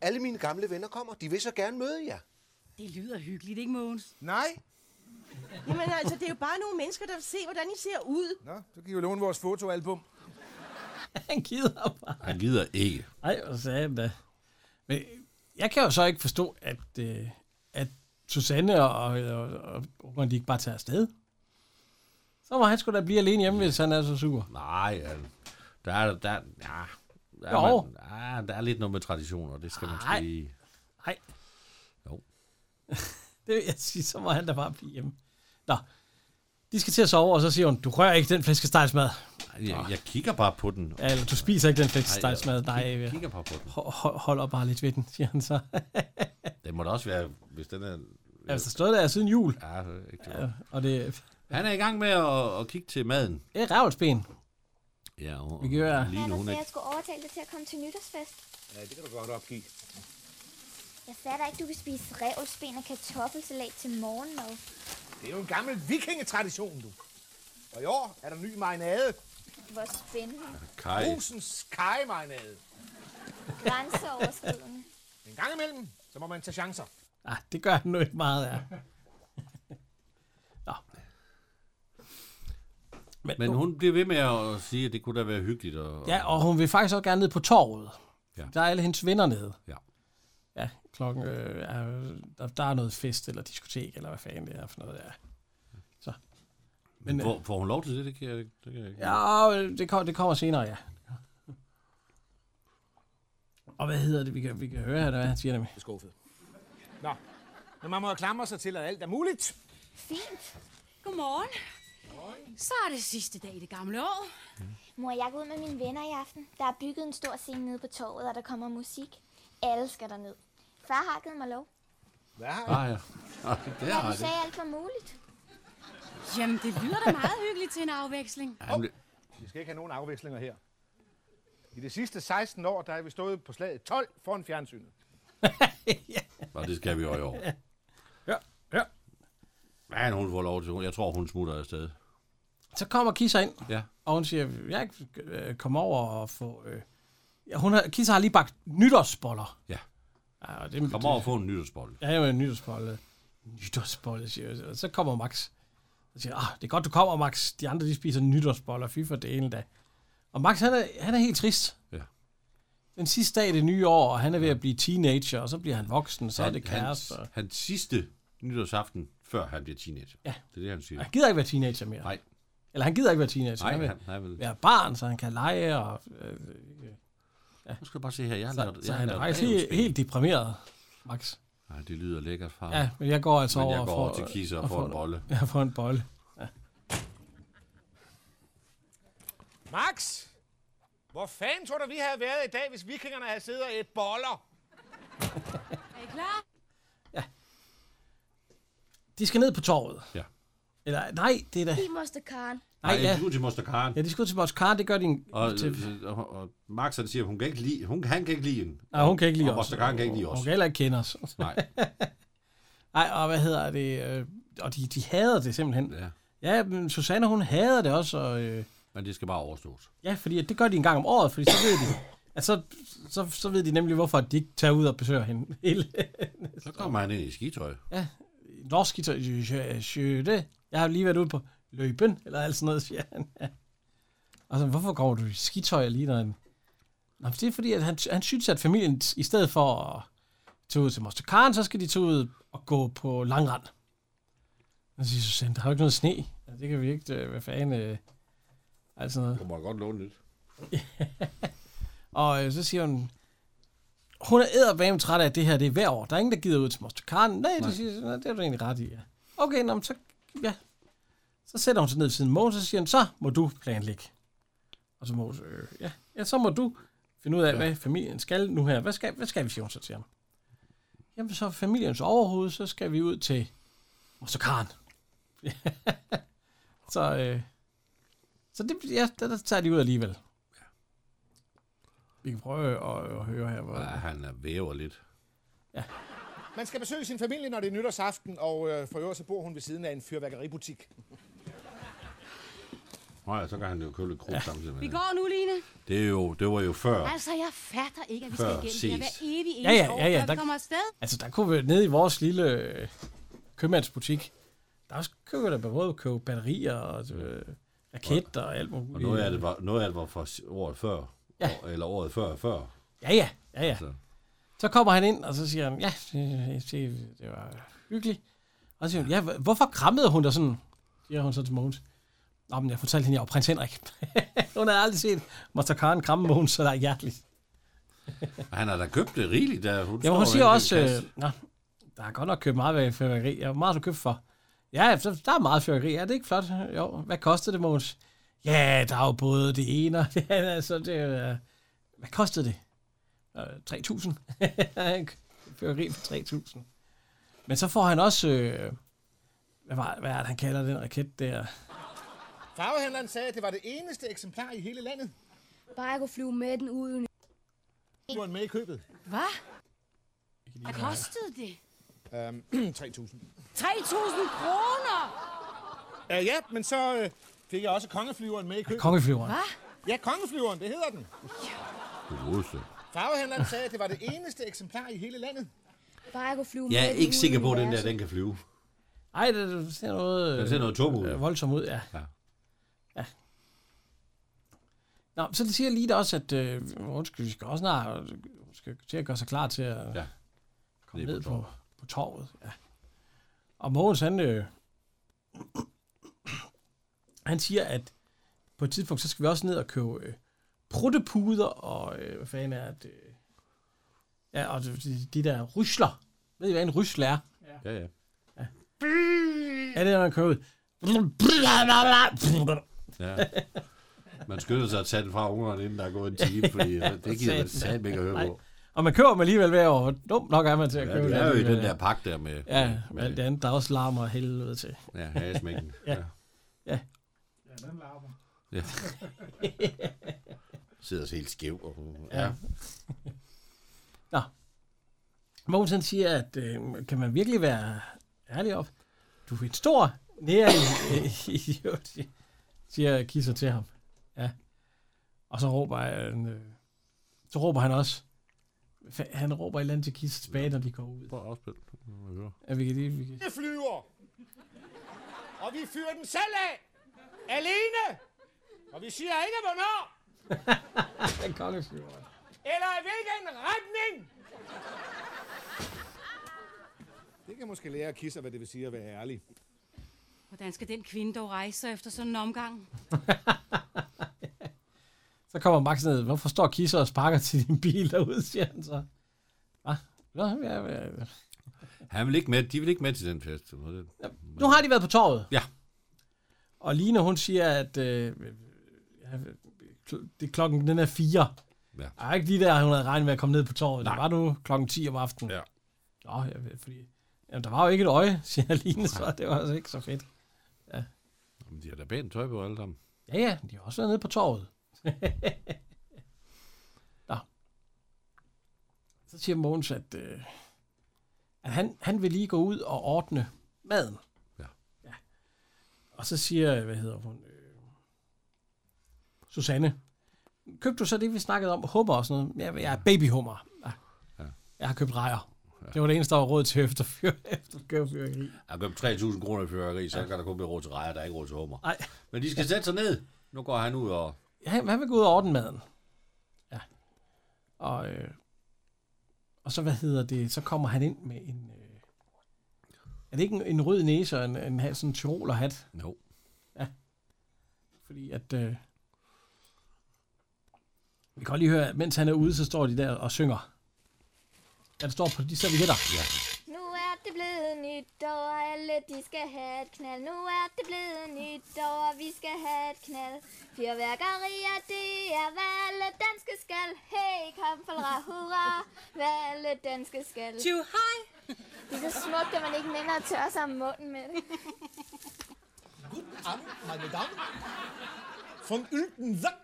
S4: Alle mine gamle venner kommer. De vil så gerne møde jer.
S6: Det lyder hyggeligt, ikke Mogens?
S4: Nej?
S10: Jamen altså, det er jo bare nogle mennesker, der vil se, hvordan I ser ud.
S4: Nå, så kan I jo låne vores fotoalbum.
S2: Han gider bare.
S3: Han gider ikke.
S2: Nej, og så han da. Men jeg kan jo så ikke forstå, at, øh, at Susanne og, og, og, og de ikke bare tager afsted. Så må han skulle da blive alene hjemme, hvis han er så sur.
S3: Nej, han- der er... Der, ja, der,
S2: Jo.
S3: er man, ja, der er lidt noget med traditioner. Det skal man
S2: Nej.
S3: skal lige...
S2: Nej.
S3: Jo.
S2: det vil jeg sige, så må han da bare blive hjemme. Nå, de skal til at sove, og så siger hun, du rører ikke den flæskestegsmad.
S3: Jeg, jeg kigger bare på den.
S2: Ja, eller du spiser ikke den flæskestegsmad. Nej,
S3: Jeg
S2: øh,
S3: kigger bare på den.
S2: ho- ho- holder bare lidt ved den, siger han så.
S3: Det må da også være, hvis den er...
S2: Jeg har stået der siden jul,
S3: Ja, det er ikke så godt.
S2: øh, og det
S3: Han er i gang med at, at kigge til maden.
S2: det er rævelsben.
S3: Ja, og
S2: Vi kan høre.
S9: Hvad
S3: Line,
S9: der
S3: hun
S9: sagde,
S3: er...
S9: jeg skulle overtale dig til at komme til nytårsfest?
S4: Ja, det kan du godt opgive.
S9: Jeg sagde da ikke, du kan spise revsben og kartoffelsalat til morgenmad.
S4: Det er jo en gammel vikingetradition, du. Og i år er der ny marinade.
S9: Hvor spændende.
S3: Kai.
S4: Husens kajemarinade.
S9: Grænseoverskridende.
S4: En gang imellem, så må man tage chancer.
S2: Ah, det gør han nu ikke meget af. Nå. Men,
S3: Men hun bliver ved med at sige, at det kunne da være hyggeligt. Og,
S2: Ja, og hun vil faktisk også gerne ned på torvet.
S3: Ja.
S2: Ja. Der er alle hendes venner nede.
S3: Ja.
S2: Ja, klokken øh, er, der, der er noget fest eller diskotek, eller hvad fanden det er for noget, der.
S3: men,
S2: men, øh-
S3: hvor, får hun lov til det? Det kan jeg, ikke- det kan jeg ikke.
S2: Ja, øh, det, kom, det kommer senere, ja. Og hvad hedder det, vi kan, vi kan høre her, hvad han siger nemlig.
S4: Jeg er skuffet. Nå, men man må jo klamre sig til, at alt er muligt.
S9: Fint.
S6: Godmorgen. Så er det sidste dag i det gamle år.
S9: Mor, jeg går ud med mine venner i aften. Der er bygget en stor scene nede på torvet, og der kommer musik. Alle skal derned. Far har givet mig lov.
S4: Hvad har
S3: Ah,
S4: I?
S3: ja. Ah, det
S9: Ja,
S3: har
S9: du
S3: det.
S9: sagde alt var muligt.
S6: Jamen, det lyder da meget hyggeligt til en afveksling.
S3: Han blev,
S4: Vi skal ikke have nogen afvekslinger her. I de sidste 16 år, der har vi stået på slaget 12 foran fjernsynet.
S3: og det skal vi jo i år.
S2: Ja, ja.
S3: Men hun får lov til. hun- Jeg tror, hun smutter afsted.
S2: Så kommer Kisser ind,
S3: Ja.
S2: og hun siger, jeg kan øh, komme over og få... Øh, ja, hun har, Kisser har lige bagt nytårsboller.
S3: Ja.
S2: ja og det,
S3: Kom over og få en nytårsbold.
S2: Ja, jo, en nytårsbolle. Nytårsbolle, siger jeg. Og Så kommer Max. Så siger jeg, ah, det er godt, du kommer, Max. De andre, de spiser nytårsboller. Fy for det ene dag. Og Max, han er, han er helt trist.
S3: Ja.
S2: Den sidste dag i det nye år, og han er ved at blive teenager, og så bliver han voksen, så er det kæreste.
S3: Hans,
S2: og-
S3: hans sidste nytårsaften, før han bliver teenager.
S2: Ja.
S3: Det er det, han siger.
S2: Han gider ikke være teenager mere.
S3: Nej.
S2: Eller han gider ikke være teenager.
S3: Nej,
S2: han vil
S3: han, nej, vel.
S2: være barn, så han kan lege. Og, øh,
S3: Nu skal du bare se her. Jeg har
S2: så,
S3: lavet,
S2: så
S3: jeg har
S2: han er
S3: lavet
S2: faktisk helt,
S3: rævespil.
S2: helt deprimeret, Max.
S3: Ej, det lyder lækkert, far.
S2: Ja, men jeg går altså
S3: Men
S2: over
S3: jeg
S2: og
S3: går
S2: får-
S3: over til Kisser og får en bolle.
S2: Jeg får en bolle.
S4: Max! Hvor fanden tror du, vi havde været i dag, hvis vikingerne havde siddet og et boller?
S6: Er I klar?
S2: De skal ned på torvet.
S3: Ja.
S2: Eller, nej, det er da...
S9: I moster Karen.
S2: Nej, ja.
S3: de skulle til Moster Karen.
S2: Ja, de skulle til Moskva, Karen, det gør din...
S3: Og, øh, og, og, og Max han siger, hun kan ikke lide, hun, han kan ikke lide hende.
S2: Nej, hun kan ikke lide
S3: Og
S2: os.
S3: Moster Karen kan ikke lide os.
S2: Hun kan heller ikke kende os.
S3: Nej.
S2: Nej, og hvad hedder det? øh, Og de, de hader det simpelthen.
S3: Ja.
S2: Ja, men Susanne, hun hader det også, og... Øh,
S3: Men det skal bare overstås.
S2: ja, fordi at det gør de en gang om året, fordi så ved de... At så, så, så ved de nemlig, hvorfor de ikke tager ud og besøger hende. Hele.
S3: Så kommer han ind i skitøj.
S2: Norsk guitar, øh, det. Jeg har lige været ude på løben, eller alt sådan noget, siger han. Ja. Og så, hvorfor kommer du i skitøj lige når han... Nå, men det er fordi, at han, han synes, at familien t- i stedet for at tage ud til Moster Karen, så skal de tage ud og gå på langrand. Og så siger Susanne, der har jo ikke noget sne. Ja, det kan vi ikke, øh, hvad fanden... Øh, alt sådan noget.
S3: Du må godt låne lidt.
S2: Og øh, så siger hun, hun er edderbame træt af at det her, det er hver år. Der er ingen, der gider ud til Moster Karen. Nej, det, siger, nej, det er du egentlig ret i, ja. Okay, nå, men så, ja. Så sætter hun sig ned ved siden af Mogens, og så siger hun, så må du planlægge. Og så Mogens, øh, ja. ja, så må du finde ud af, ja. hvad familien skal nu her. Hvad skal, hvad skal vi, siger hun så til ham. Jamen, så er familiens overhoved, så skal vi ud til Moster Karen. så, øh, så det, ja, der, der tager de ud alligevel. Vi kan prøve at, at høre her, hvor...
S3: Ja, han er væver lidt.
S4: Man skal besøge sin familie, når det er nytårsaften, og øh, for øvrigt så bor hun ved siden af en fyrværkeributik.
S3: Nå ja, så kan han jo købe lidt krudt ja. samtidig med
S6: Vi
S3: det.
S6: går nu, Line.
S3: det. er jo, det var jo før.
S6: Altså, jeg fatter ikke, at vi
S3: Før
S6: skal igennem det her hver
S3: ses.
S6: evig
S2: Ja,
S6: eneste
S2: ja, ja, ja,
S6: år, før
S2: der-
S6: vi kommer afsted.
S2: Altså, der kunne vi nede i vores lille øh, købmandsbutik, der også køber der både købe batterier og øh, raketter og alt muligt.
S3: Og noget af det var, noget af det var fra s- året før.
S2: Ja.
S3: År- Eller året før før.
S2: Ja, ja, ja, ja.
S3: Så.
S2: Så. så kommer han ind, og så siger han, ja, det, det, det var hyggeligt. Og så siger hun, ja, hv- hvorfor krammede hun dig sådan? Siger hun så til Mogens. Nå, men jeg fortalte hende, jeg var prins Henrik. hun havde aldrig set Moster Karen kramme Mogens, så der er hjerteligt.
S3: Og Han har da købt det rigeligt, da
S2: Jamen,
S3: hun står
S2: hun siger
S3: inde i
S2: også,
S3: en kasse.
S2: øh, nå, der er godt nok købt meget af fyrværkeri. Ja, hvor meget har du købt for? Ja, så der er meget fyrværkeri. Er det ikke flot? Jo, hvad kostede det, Måns? Ja, der er jo både det ene og det andet. Altså, det, øh, hvad kostede det? Øh, 3.000. fyrværkeri for 3.000. Men så får han også... Øh, hvad, var, hvad er det, han kalder den raket der?
S4: Farvehandleren sagde, at det var det eneste eksemplar i hele landet.
S9: Bare jeg kunne flyve med den uden.
S4: Nu er den med i købet.
S6: Hvad? Hvad kostede det?
S4: Øhm, 3.000.
S6: 3.000 kroner!
S4: Øh, ja, men så øh, fik jeg også kongeflyveren med i købet.
S2: Kongeflyveren.
S6: Hvad?
S4: Ja, kongeflyveren, det hedder den.
S3: Du er russe.
S4: Farvehandleren sagde, at det var det eneste eksemplar i hele landet.
S9: Bare jeg kunne flyve
S3: Jeg
S9: med
S3: er
S9: den
S3: ikke sikker
S9: ude i
S3: på, at den der,
S9: universet.
S3: den kan flyve.
S2: Ej, det, det ser noget...
S3: Den ser noget tung ud.
S2: øh, voldsomt ud, ja.
S3: Ja.
S2: ja. ja. Nå, så det siger lige da også, at øh, undskyld, vi skal også snart øh, skal til at gøre sig klar til at
S3: Ja.
S2: ja. komme
S3: Ned på
S2: ned på,
S3: torvet.
S2: på torvet. Ja. Og Mogens, han, øh, han siger, at på et tidspunkt, så skal vi også ned og købe øh, pruttepuder og øh, hvad fanden er det? Øh, ja, og de, de der rysler. Ved I, hvad en rysler er?
S3: Ja, ja.
S2: Ja, det er, når man kører ud.
S3: ja. Man skynder sig at tage den fra ungerne, inden der er gået en time, fordi det gider man satme ikke at høre på.
S2: Og man køber dem alligevel hver år. Hvor dumt nok er man til at
S3: Ja,
S2: købe
S3: det
S2: det
S3: er jo i
S2: alligevel,
S3: den der pakke der med,
S2: Ja, og
S3: med,
S2: alt det andet, der er også larmer og helvede til.
S3: ja, hagesmængden. ja.
S1: Ja, den larmer.
S3: Sidder så helt skæv. Og, ja.
S2: Ja. Nå. Mogens han siger, at øh, kan man virkelig være ærlig op? Du er en stor nære idiot, siger Kisser til ham. Ja. Og så råber han, øh, så råber han også. Fa- Han råber et eller andet til Kisser tilbage, når de går ud.
S3: Prøv at afspille.
S2: Ja, vi kan lige, vi kan.
S4: Det flyver. Og vi fyrer den selv af. Alene. Og vi siger ikke, hvornår.
S2: Den kongeflyver.
S4: Eller i hvilken retning. Det kan måske lære at kisse, hvad det vil sige at være ærlig.
S6: Hvordan skal den kvinde dog rejse efter sådan en omgang?
S2: Så kommer Max ned. Hvorfor står Kisser og sparker til din bil derude, siger han så. Hva? Nå, ja, ja, ja.
S3: Han vil ikke med, de vil ikke med til den fest. så det-
S2: Nu har de været på torvet.
S3: Ja.
S2: Og Line, hun siger, at øh, ja, kl- det er klokken, den er fire.
S3: Ja.
S2: Der er ikke lige der, hun havde regnet med at komme ned på torvet. Nej. Det
S3: Nej.
S2: var nu klokken 10 om aftenen.
S3: Ja.
S2: Nå, jeg ved, fordi... Jamen, der var jo ikke et øje, siger Line, så det var altså ikke så fedt. Ja.
S3: De har da pænt tøj på alle sammen.
S2: Ja, ja, de har også været nede på torvet. Nå. Så siger Mogens, at, øh, at han, han vil lige gå ud og ordne maden.
S3: Ja.
S2: ja. Og så siger, hvad hedder hun, øh, Susanne, købte du så det, vi snakkede om, hummer og sådan noget? Ja, jeg er babyhummer. Ja.
S3: Ja.
S2: Jeg har købt rejer. Det var det eneste, der var råd til efter, fyr, efter kørefyreri.
S3: Jeg har købt 3.000 kroner i fyrværkeri, så kan der kun blive råd til rejer, der er ikke råd til hummer.
S2: Nej.
S3: Men de skal sætte sig ned. Nu går han ud og...
S2: Ja, han han vil gå ud og ordne maden. Ja. Og, øh, og så, hvad hedder det, så kommer han ind med en... Øh, er det ikke en, en rød næse og en, en, en sådan en hat?
S3: Jo.
S2: Fordi at... Øh, vi kan godt lige høre, at mens han er ude, så står de der og synger. Ja, det står på de servietter. Ja.
S9: Nu er det blevet nytår, alle de skal have et knald. Nu er det blevet nytår, vi skal have et knald. Fyrværkerier, det er hvad alle danske skal. Hey, kom for hurra, hvad alle danske skal.
S6: Du, hej.
S9: Det er så smukt, at man ikke længere tør sig om munden med det.
S4: Guten Abend, meine Damen. Von unten Sack.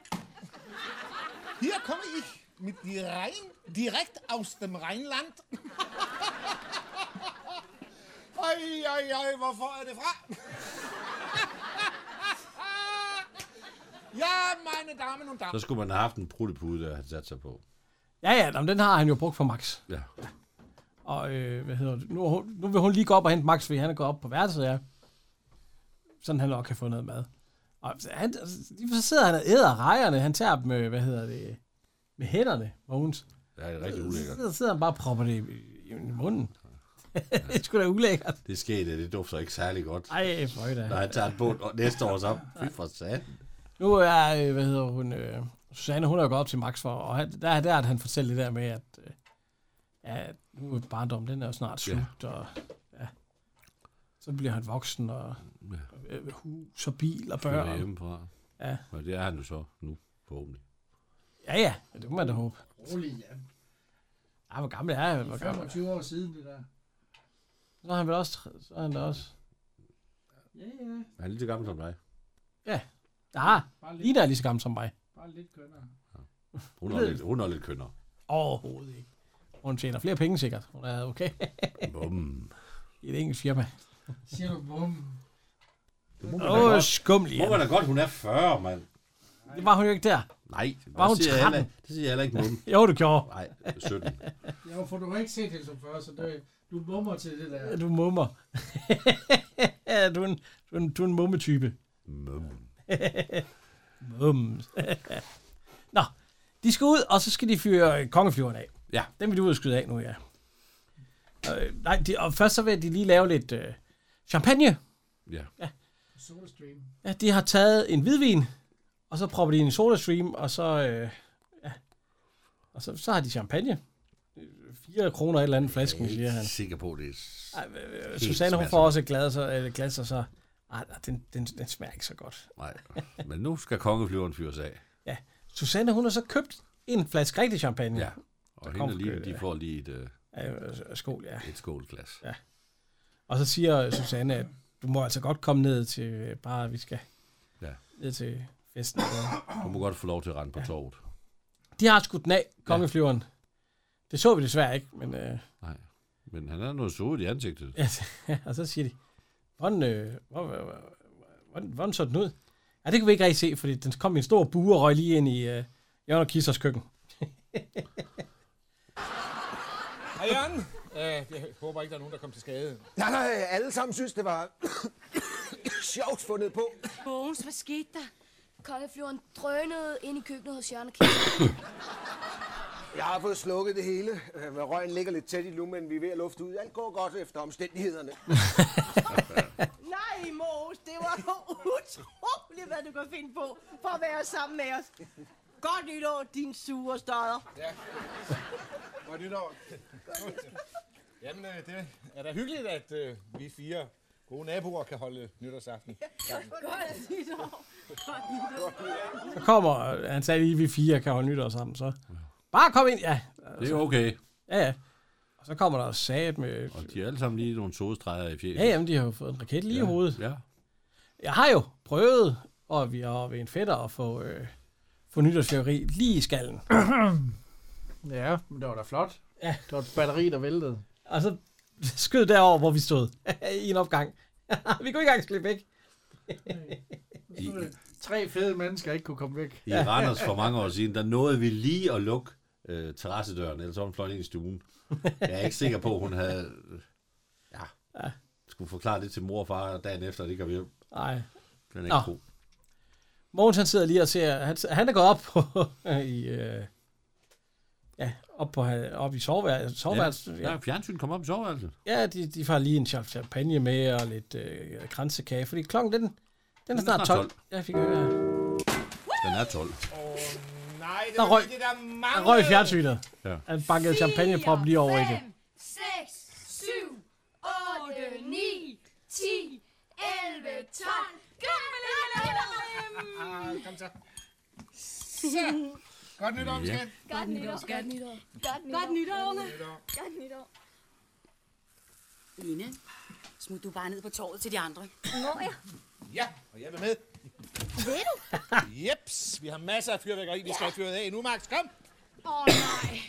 S4: Hier komme ich mit die Rhein, direkt aus dem Rheinland. Ei, ei, ei, hvorfor er det fra? ja, meine Damen und
S3: Så
S4: Herren.
S3: skulle man have haft en pruttepude, der havde sat sig på.
S2: Ja, ja, nå, men den har han jo brugt for Max.
S3: Ja.
S2: Og øh, hvad hedder det? Nu, er hun- nu vil hun lige gå op og hente Max, fordi han er gået op på værelset, ja. Sådan han nok kan få noget mad. Og så han, så sidder han og æder rejerne. Han tager dem med, hvad hedder det, med hænderne, Mogens.
S3: Det er rigtig ulækkert.
S2: Så sidder han bare og propper det i, i munden. det er sgu da ulækkert.
S3: Det skete, det dufter ikke særlig godt.
S2: Ej, føj da.
S3: Når han tager et bund og næste år så. Fy for satan.
S2: Nu er, øh, hvad hedder hun, øh, Susanne, hun er jo gået op til Max for, og han, der er der, at han fortæller det der med, at, øh, at nu er barndommen, den er jo snart slut, ja. og ja. så bliver han voksen, og øh, hus og bil og
S3: Flytter
S2: børn.
S3: hjemmefra.
S2: Ja.
S3: Og det er han jo så nu, forhåbentlig.
S2: Ja, ja, ja, det må man da håbe.
S1: Rolig, ja.
S2: Ja, hvor gammel er han?
S1: Det
S2: Hvor
S1: er
S2: gammel?
S1: 25 år siden, det der.
S2: Så er han vel også, tre- så er han da også.
S1: Ja, ja.
S3: Han er lige så gammel som dig.
S2: Ja,
S1: Bare lidt,
S2: Lina er Ah, lige så gammel som mig.
S1: bare lidt kønnere.
S3: Hun er lidt, hun er lidt kønner.
S2: Overhovedet ikke. Hun tjener flere penge sikkert. Hun er okay
S3: Bum.
S2: i et engelsk firma.
S1: Siger du, bum.
S3: Det må man, da
S2: Åh, oh,
S3: godt.
S2: skummelig.
S3: må man da godt, hun er 40, mand.
S2: Det var hun jo ikke der.
S3: Nej,
S2: Var hun
S3: det siger jeg
S2: 13?
S3: heller, det siger jeg heller ikke mum.
S2: Jo, du gjorde.
S3: Nej, 17.
S1: Ja, for du har ikke set hende som før, så det, du mummer til det der.
S2: Ja, Du mummer. Ja, du er en, du er en, du er en mummetype.
S3: Mum.
S2: Mum. Nå, de skal ud, og så skal de fyre øh, kongeflyverne af.
S3: Ja.
S2: Dem vil du ud og skyde af nu, ja. Øh, nej, de, og først så vil de lige lave lidt øh, champagne.
S3: Ja.
S1: Sodastream.
S2: Ja, de har taget en hvidvin, og så propper de i en sodastream, og så, øh, ja. og så, så har de champagne. 4 kroner et eller andet flasken, siger han.
S3: sikker på, det er...
S2: Ej, øh, øh,
S3: Helt
S2: Susanne, hun
S3: smadret.
S2: får også et glas, og, øh, et glas, og så... Ej, den, den, den smager ikke så godt.
S3: Nej. Men nu skal kongeflyveren fyres af.
S2: Mm. Susanne, hun har så købt en flaske rigtig champagne.
S3: Ja. Og hende og Line, de får lige et, øh,
S2: Øh, øh, skål, ja.
S3: et skålglas.
S2: Og så siger øh, Susanne, at du må altså godt komme ned til... øh, Bare, vi skal
S3: Ja.
S2: ned til festen. Så.
S3: Hun må godt få lov til at rende på torvet.
S2: De har skudt den af, kongeflyveren. Det så vi desværre ikke, men... Øh,
S3: Nej. Men han er noget sodet i ansigtet.
S2: ja, og så siger de, hvordan, øh, hvor, hvor, hvor, hvordan, hvordan så den ud? Ja, det kan vi ikke rigtig se, fordi den kom i en stor bue og røg lige ind i øh, Jørgen og Kissers køkken.
S4: Hej Jørgen. Øh, jeg håber ikke, der er nogen, der kommer til skade.
S11: Nej, nej, alle sammen synes, det var sjovt fundet på.
S6: Bones, hvad skete der?
S9: Kongeflyveren drønede ind i køkkenet hos Jørgen og Kirsten.
S11: Jeg har fået slukket det hele. Øh, Røgen ligger lidt tæt i nu, men vi er ved at lufte ud. Alt går godt efter omstændighederne.
S10: Nej, Mås, det var jo utroligt, hvad du kan finde på for at være sammen med os. Godt nytår, din sure stodder.
S4: Godt nytår. Jamen, øh, det er da hyggeligt, at øh, vi fire gode naboer kan holde nytårsaften.
S6: Godt nytår. Godt nytår.
S2: Så kommer, øh, han sagde lige, vi fire kan holde nytår sammen, så. Bare kom ind, ja.
S3: Det er okay.
S2: Ja, ja. Og så kommer der også sat med...
S3: Og de er alle sammen lige nogle sodestreger i fjeset.
S2: Ja, jamen, de har jo fået en raket lige i hovedet.
S3: Ja.
S2: Jeg har jo prøvet, og vi har ved en fætter at få, øh, få nytårsfyrværkeri lige i skallen.
S1: Ja, men det var da flot.
S2: Ja.
S1: Det var et batteri, der væltede.
S2: Og så skød derover, hvor vi stod i en opgang. vi kunne ikke engang slippe væk.
S1: Tre fede mennesker ikke kunne komme væk.
S3: I Randers for mange år siden, der nåede vi lige at lukke øh, terrassedøren, ellers var hun fløjt ind i stuen. Jeg er ikke sikker på, at hun havde... Ja, skulle forklare det til mor og far dagen efter, det kan vi jo.
S2: Nej.
S3: Den er ikke
S2: Nå.
S3: god.
S2: Mogens han sidder lige og ser, han, han er gået op på, i, øh, ja, op, på, op i soveværelset. soveværelset
S3: Ja, ja, fjernsyn kom op i soveværelset.
S2: Ja, de, de får lige en shot champagne med og lidt øh, kransekage, fordi klokken den, den, er snart 12. Ja, Jeg fik høre.
S3: Den er 12.
S4: Nej, det
S2: Der
S4: var
S2: røg-
S4: lige det, der
S2: Han
S4: manglede.
S2: røg i fjernsynet.
S3: Ja.
S2: Han bankede champagneproppen lige over i det.
S5: 6, 7, 8, 9, 10, 11, 12. Kom med
S4: Ah,
S5: lidt, Kom så.
S4: Godt nytår,
S5: Ja.
S4: skat.
S5: Godt nytår,
S6: skat.
S5: godt nytår. Godt nytår.
S6: Godt nytår, unge.
S5: Godt nytår.
S6: Line, smut du bare ned på torvet til de andre.
S5: Må jeg?
S4: Ja, og jeg vil med.
S5: Vil du?
S4: Jeps, vi har masser af fyrværkeri, vi skal have fyret af nu, Max. Kom.
S5: Åh, oh, nej.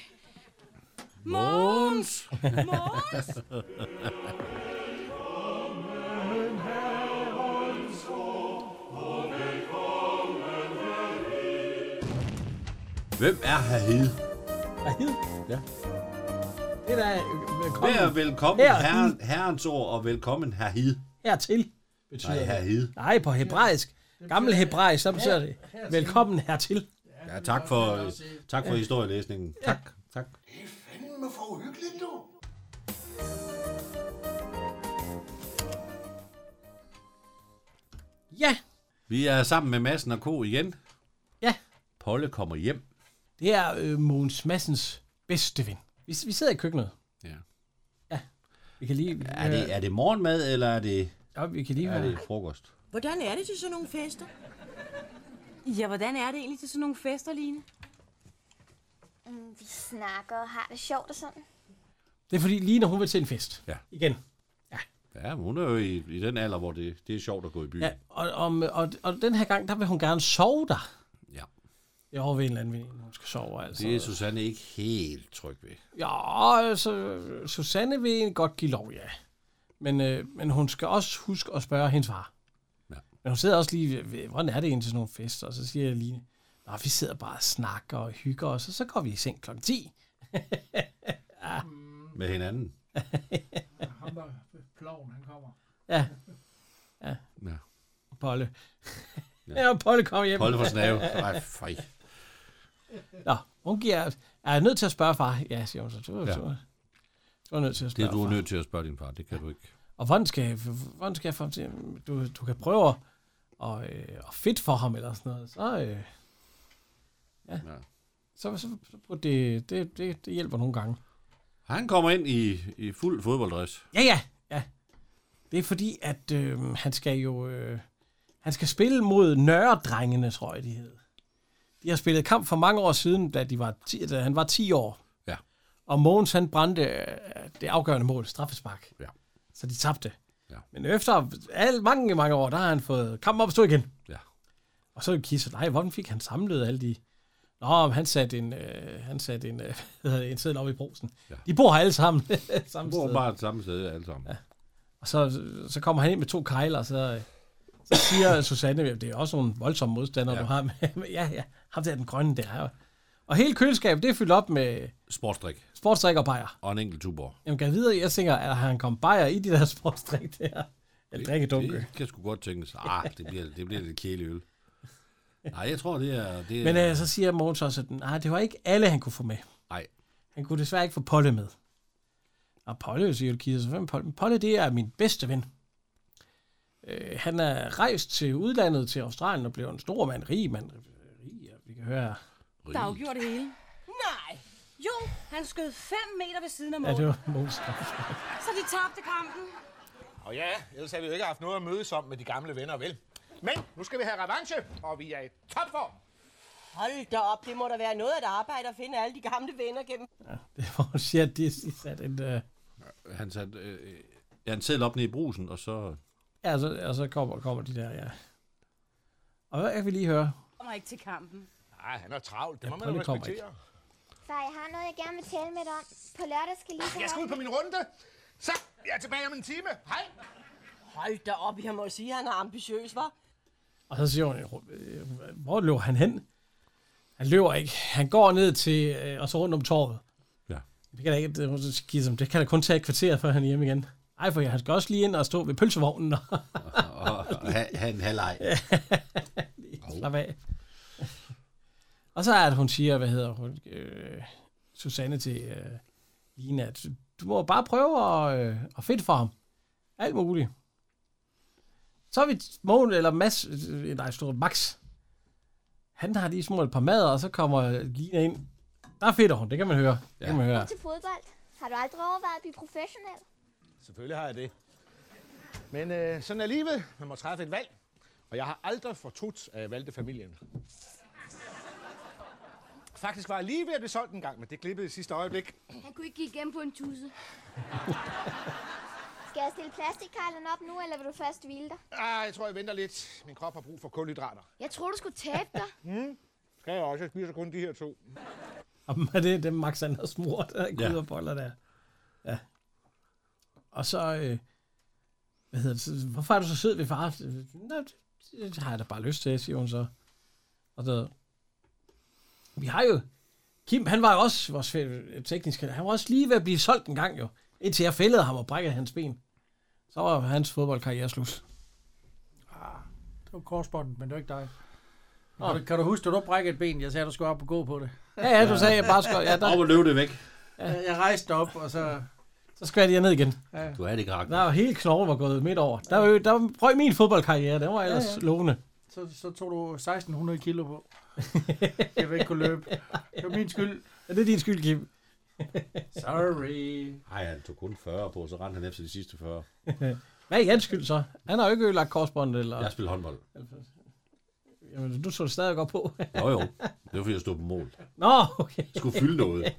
S4: Måns!
S5: Måns!
S3: Hvem er Hahid?
S2: Hahid?
S3: Ja.
S2: Det er da øh, velkommen.
S3: Vær velkommen,
S2: Her-
S3: herren, herrens ord, og velkommen Hahid.
S2: Hertil.
S3: Nej,
S2: det.
S3: herhid.
S2: Nej, på hebraisk. Gammel hebraisk, så betyder det. Velkommen hertil.
S3: Ja, tak for, tak for
S2: Ja.
S3: historielæsningen.
S2: Ja.
S3: Tak, tak.
S12: Fanden for uhyggeligt, du.
S2: Ja,
S3: Vi er sammen med Massen og Co. igen.
S2: Ja.
S3: Polle kommer hjem.
S2: det er øh, Mogens Massens bedste ven. Vi, vi sidder i køkkenet.
S3: Ja.
S2: Ja, vi kan lige...
S3: Er det, er det morgenmad, eller er det,
S2: Ja, vi kan lige
S3: er
S2: være-
S3: det frokost?
S6: Hvordan er det til sådan nogle fester? Ja, hvordan er det egentlig til sådan nogle fester, Line?
S9: Mm, Vi snakker og har det sjovt og sådan.
S2: Det er fordi, lige når hun vil til en fest.
S3: Ja.
S2: Igen.
S3: Ja, men hun er jo i, i den alder, hvor det, det er sjovt at gå i byen.
S2: Ja, og, og, og, og den her gang, der vil hun gerne sove der.
S3: Ja.
S2: Det er over ved en eller anden veninde, hun skal sove. Altså.
S3: Det er Susanne ikke helt tryg ved.
S2: Ja, altså, Susanne vil egentlig godt give lov, ja. Men, øh, men hun skal også huske at spørge hendes far.
S3: Ja.
S2: Men hun sidder også lige, ved- ved, hvordan er det egentlig til sådan nogle fester? Og så siger jeg lige, Nå, vi sidder bare og snakker og hygger os, og så går vi i seng kl. 10.
S3: Med hinanden.
S1: Ham der ploven, han kommer.
S2: Ja. Ja.
S3: Ja.
S2: Polle.
S3: Ja.
S2: Ja, ja Polle kommer hjem.
S3: Polle for snave. Ej, fej.
S2: Nå, hun giver, er jeg nødt til at spørge far? Ja, siger hun så. Du,
S3: Ja.
S2: ja. du, du er nødt til at
S3: Det
S2: spørge
S3: er du
S2: far.
S3: er nødt til at spørge din far. Det kan du ikke.
S2: Og hvordan skal, jeg- hvordan skal jeg få ham til? Du, du kan prøve at, og, øh, at fedt for ham eller sådan noget. Så, øh, ja.
S3: ja.
S2: Så, så, så burde det, det, det, det hjælper nogle gange.
S3: Han kommer ind i, i fuld fodbolddress.
S2: Ja, ja, ja. Det er fordi, at øh, han skal jo... Øh, han skal spille mod Nørredrengene, tror jeg, de hed. De har spillet kamp for mange år siden, da, de var 10, da han var 10 år.
S3: Ja.
S2: Og Mogens, han brændte øh, det afgørende mål, straffespark.
S3: Ja.
S2: Så de tabte.
S3: Ja.
S2: Men efter alle, mange, mange år, der har han fået kampen op at stå igen.
S3: Ja.
S2: Og så kisser, nej, hvordan fik han samlet alle de... Nå, men han satte en, øh, han satte en, øh, hvad hedder det, en seddel op i brosen.
S3: Ja.
S2: Ja. De bor her alle sammen. samme
S3: De bor
S2: sted.
S3: bare samme sted alle sammen. Ja.
S2: Og så, så kommer han ind med to kejler, og så, øh, så siger Susanne, "Jamen, det er også nogle voldsomme modstandere, ja. du har med. Men ja, ja, ham der er den grønne der. Og- Og hele køleskabet, det er fyldt op med
S3: Sportsdrik
S2: sportsdrik og bajer.
S3: og en enkelt tuborg.
S2: Jamen, kan jeg videre, jeg tænker, at han kom bajer i de der sportsdrik der. Eller drikkedunke.
S3: Det kan sgu godt tænkes. Ah, det bliver, det bliver lidt kæleøl. Nej, jeg tror, det er... Det er
S2: Men øh, så siger Mogens også, at nej, det var ikke alle, han kunne få med.
S3: Nej.
S2: Han kunne desværre ikke få Polle med. Og Polle, siger Jolkise, så hvem er Polle? Men Polle, det er min bedste ven. Øh, han er rejst til udlandet, til Australien, og blev en stor mand, rig mand. Øh, Rig, ja, vi kan høre.
S6: Der afgjorde det hele. Nej. Jo, han skød 5 meter ved siden af
S2: Ja,
S6: målet.
S2: det var Mogens.
S6: Så de tabte kampen.
S4: Og ja, ellers havde vi jo ikke haft noget at mødes om med de gamle venner, vel? Men nu skal vi have revanche, og vi er i topform.
S10: Hold da op, det må da være noget af et arbejde at finde alle de gamle venner gennem.
S2: Det var shit, de, de satte en... Øh,
S3: Han satte øh, ja, en sædel op ned i brusen, og så
S2: Ja, og så, og så kommer, kommer de der, ja. Og hvad kan vi lige høre?
S6: Kommer ikke til kampen.
S4: Nej, han er travlt. Det
S2: Ja,
S4: må man
S2: Polly
S4: jo
S2: kommer
S4: respektere.
S9: Far, jeg har noget, jeg gerne vil tale med dig om. På lørdag skal lige
S4: Jeg skal ud på min runde. Så, jeg er tilbage om en time. Hej.
S10: Hold da op, jeg må sige, at han er ambitiøs, var.
S2: Og så siger hun, øh, hvor løber han hen? Han løber ikke. Han går ned til, øh, og så rundt om torvet.
S3: Ja.
S2: Det kan da ikke, det, hun så siger som, det kan da kun tage et kvarter, før han er hjemme igen. Ej, for han skal også lige ind og stå ved pølsevognen. og
S3: og ha- have en halvleg.
S2: Slap af. og så er det, hun siger, hvad hedder hun, øh, Susanne til øh, Lina, at du må bare prøve at, øh, at fedt for ham. Alt muligt. Så har vi Mål, eller Mads, øh, nej, stort Max. Han har lige smurt et par mader, og så kommer Lina ind. Der fedter hun, det kan man høre. Ja. Det kan man høre.
S9: til fodbold. Har du aldrig overvejet at blive professionel?
S4: Selvfølgelig har jeg det. Men øh, sådan er livet. Man må træffe et valg. Og jeg har aldrig fortrudt, at jeg valgte familien. Faktisk var jeg lige ved at blive solgt en gang, men det klippede i sidste øjeblik.
S5: Han kunne ikke give igennem på en tusse.
S9: Skal jeg stille plastikkejlen op nu, eller vil du først hvile dig?
S4: Ah, jeg tror, jeg venter lidt. Min krop har brug for kulhydrater.
S9: Jeg tror, du skulle tabe dig.
S4: Hmm? Skal jeg også? Jeg spiser kun de her to.
S2: Og med det er dem, Max han har smurt af
S4: Ja.
S2: ja. og boller der. Ja. Og så, øh, hvad hedder det, så, hvorfor er du så sød ved far? Nå, det, det har jeg da bare lyst til, siger hun så. Og så, vi har jo, Kim, han var jo også vores fæ- tekniske, han var også lige ved at blive solgt en gang jo, indtil jeg fældede ham og brækkede hans ben. Så var hans fodboldkarriere slut.
S1: Det var korsbånden, men det var ikke dig.
S2: Nå.
S1: Kan du, kan du huske, at du brækkede et ben? Jeg sagde, at du skulle op og gå på det.
S2: Ja, ja, du sagde, jeg bare skulle- ja, der- Op og løbe det væk.
S1: Ja. Jeg rejste op, og så...
S2: Så skal jeg ned igen.
S1: Ja.
S3: Du er det karakter.
S2: Der var hele knoglen var gået midt over. Der, var, der var, prøv min fodboldkarriere, den var
S1: Ja,
S2: ellers ja,
S1: ja.
S2: ja. lovende.
S1: Så, så tog du 1600 kilo på. Jeg vil ikke kunne løbe. Det var min skyld.
S2: Ja, det er din skyld, Kim.
S1: Sorry.
S3: Nej, han tog kun 40 på, så rendte han efter de sidste 40.
S2: Hvad er Jens skyld så? Han har jo ikke ødelagt korsbåndet. Eller...
S3: Jeg spillede håndbold.
S2: Jamen, du så det stadig godt på.
S3: Jo jo, det var fordi jeg stod på mål.
S2: Nå, okay.
S3: Skulle fylde noget.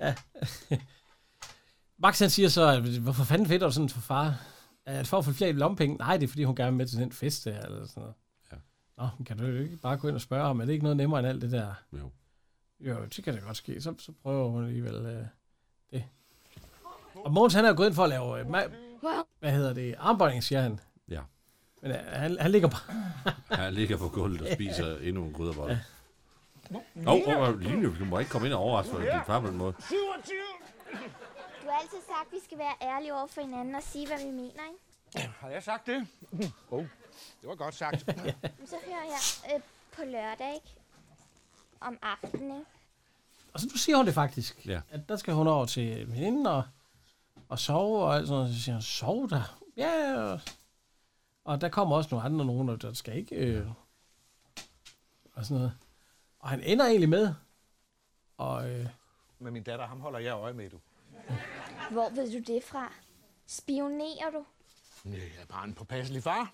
S2: ja. Max han siger så, at hvorfor fanden fedt er du sådan for far? At for at få flere lompenge? Nej, det er fordi, hun gerne vil med til den fest der, eller sådan noget.
S3: Ja.
S2: Nå, men kan du jo ikke bare gå ind og spørge ham, er det ikke noget nemmere end alt det der?
S3: Jo.
S2: Jo, det kan da godt ske. Så, så prøver hun alligevel øh, det. Og Måns, han er jo gået ind for at lave, øh, ma- hvad hedder det, armbøjning, siger han.
S3: Ja.
S2: Men øh, han, han ligger bare...
S3: Han ligger på gulvet og spiser endnu en krydderbolle. Åh, oh, prøv at Line, du må ikke komme ind og overraske mig. Din far på den måde.
S9: 27! Du har altid sagt, at vi skal være ærlige over for hinanden og sige, hvad vi mener, ikke?
S4: Har jeg sagt det? Oh, det var godt sagt.
S9: Men så hører jeg øh, på lørdag, ikke? Om aftenen, ikke?
S2: Og så nu siger hun det faktisk.
S3: Ja.
S2: At der skal hun over til hende og, og sove og alt sådan noget. Så siger hun, sov der. Ja, og, og der kommer også nogle andre, nogen, der- der skal ikke... Øh, og sådan noget. Og han ender egentlig med. Og øh,
S4: Men min datter, ham holder jeg øje med, du.
S9: Hvor ved du det fra? Spionerer du?
S4: Nej, jeg er bare en påpasselig far.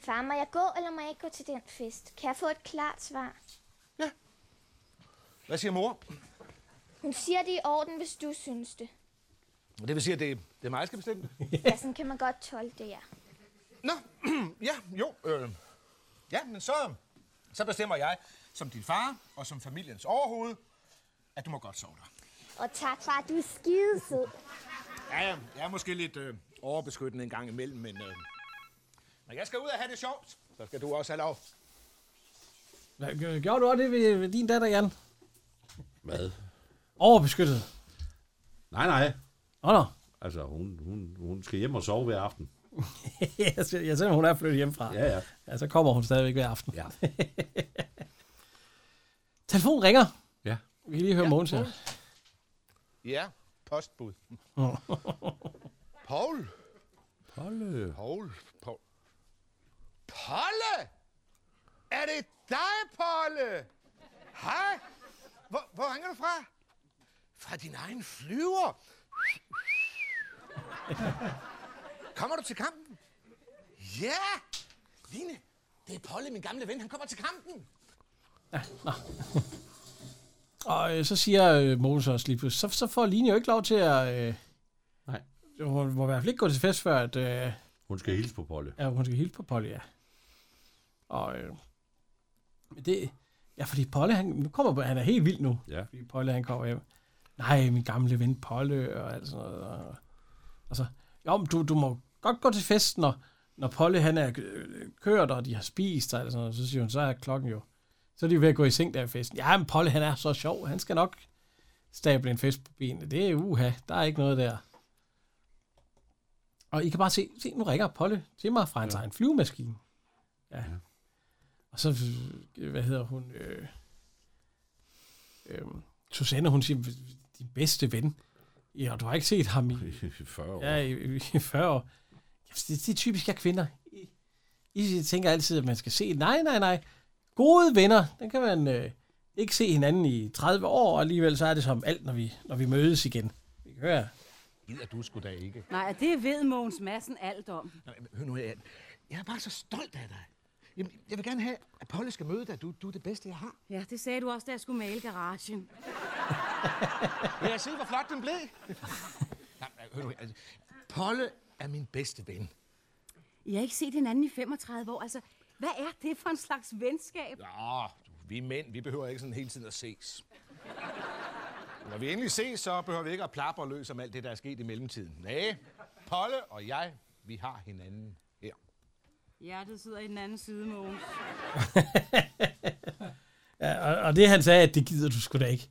S9: Far, må jeg gå, eller må jeg ikke gå til den fest? Kan jeg få et klart svar?
S4: Ja. Hvad siger mor?
S9: Hun siger, det er i orden, hvis du synes det.
S4: Det vil sige, at det, det er mig, der skal bestemme.
S9: Ja, sådan kan man godt tolke det, ja.
S4: Nå, ja, jo. Øh. Ja, men så, så bestemmer jeg, som din far og som familiens overhoved, at du må godt sove dig.
S9: Og tak, far, du er skidesød.
S4: Ja, ja, jeg er måske lidt øh, overbeskyttende en gang imellem, men øh, når jeg skal ud og have det sjovt, så skal du også have lov.
S2: hvad- g- gjorde du også det ved, ved din datter, Jan?
S3: Hvad?
S2: Overbeskyttet.
S3: Nej, nej.
S2: Nå, nå.
S3: Altså, hun, hun, hun skal hjem og sove hver aften.
S2: jeg ser, jeg ser, hun er flyttet hjemmefra.
S3: Ja, ja.
S2: ja så kommer hun stadigvæk hver aften.
S3: Ja.
S2: Telefonen ringer.
S3: Ja.
S2: Vi kan lige høre ja, Mogens her.
S4: Ja, postbud. Paul.
S3: Polle.
S4: Paul. Paul. Polle! Er det dig, Polle? Hej. Hvor, hvor ringer du fra? Fra din egen flyver. Kommer du til kampen? Ja! Line, det er Polle, min gamle ven. Han kommer til kampen.
S2: Og øh, så siger øh, Mogens også lige pludselig, så, så får Line jo ikke lov til at... Øh,
S3: Nej.
S2: Det må, må i hvert fald ikke gå til fest, før at, øh,
S3: Hun skal hilse på Polly.
S2: ja, hun skal hilse på Polly, ja. Og øh, men det, ja, fordi Polly, han, nu kommer, han er helt vild nu.
S3: Ja.
S2: Fordi Polly, han kommer hjem. Nej, min gamle ven Polly, og alt sådan noget. Og, og så, jo, men du, du må godt gå til fest, når, når Polly, han er øh, kørt, og de har spist, og alt sådan noget. Så siger hun, så er klokken jo. Så er de ved at gå i seng der i festen. Ja, men Polly, han er så sjov. Han skal nok stable en fest på benene. Det er uha, der er ikke noget der. Og I kan bare se, se nu ringer Polly til mig fra hans ja. egen flyvemaskine. Ja. ja. Og så, øh, hvad hedder hun? Øh, øh, Susanne, hun siger, din bedste ven. Ja, og du har ikke set ham i...
S3: I 40 år.
S2: Ja, i, i 40 år. Ja, det, det er typisk af kvinder. I, I tænker altid, at man skal se... Nej, nej, nej. Gode venner, den kan man øh, ikke se hinanden i 30 år, og alligevel så er det som alt, når vi, når vi mødes igen. Vi kan høre.
S4: Gider du sgu da ikke.
S6: Nej, det ved Mogens Madsen alt om.
S4: Hør nu, jeg, jeg er bare så stolt af dig. Jamen, jeg vil gerne have, at Polly skal møde dig. Du, du er det bedste, jeg har.
S6: Ja, det sagde du også, da jeg skulle male garagen.
S4: Vil jeg se, hvor flot den blev? Nej, men hør nu, her, altså, Polle er min bedste ven.
S6: I har ikke set hinanden i 35 år. Altså, hvad er det for en slags venskab?
S4: Nå, du, vi mænd, vi behøver ikke sådan hele tiden at ses. Når vi endelig ses, så behøver vi ikke at plappe og løs om alt det, der er sket i mellemtiden. Nej, Polle og jeg, vi har hinanden her.
S6: Hjertet sidder i den anden side, Mogens.
S2: Ja, og, og det han sagde, at det gider du sgu da ikke.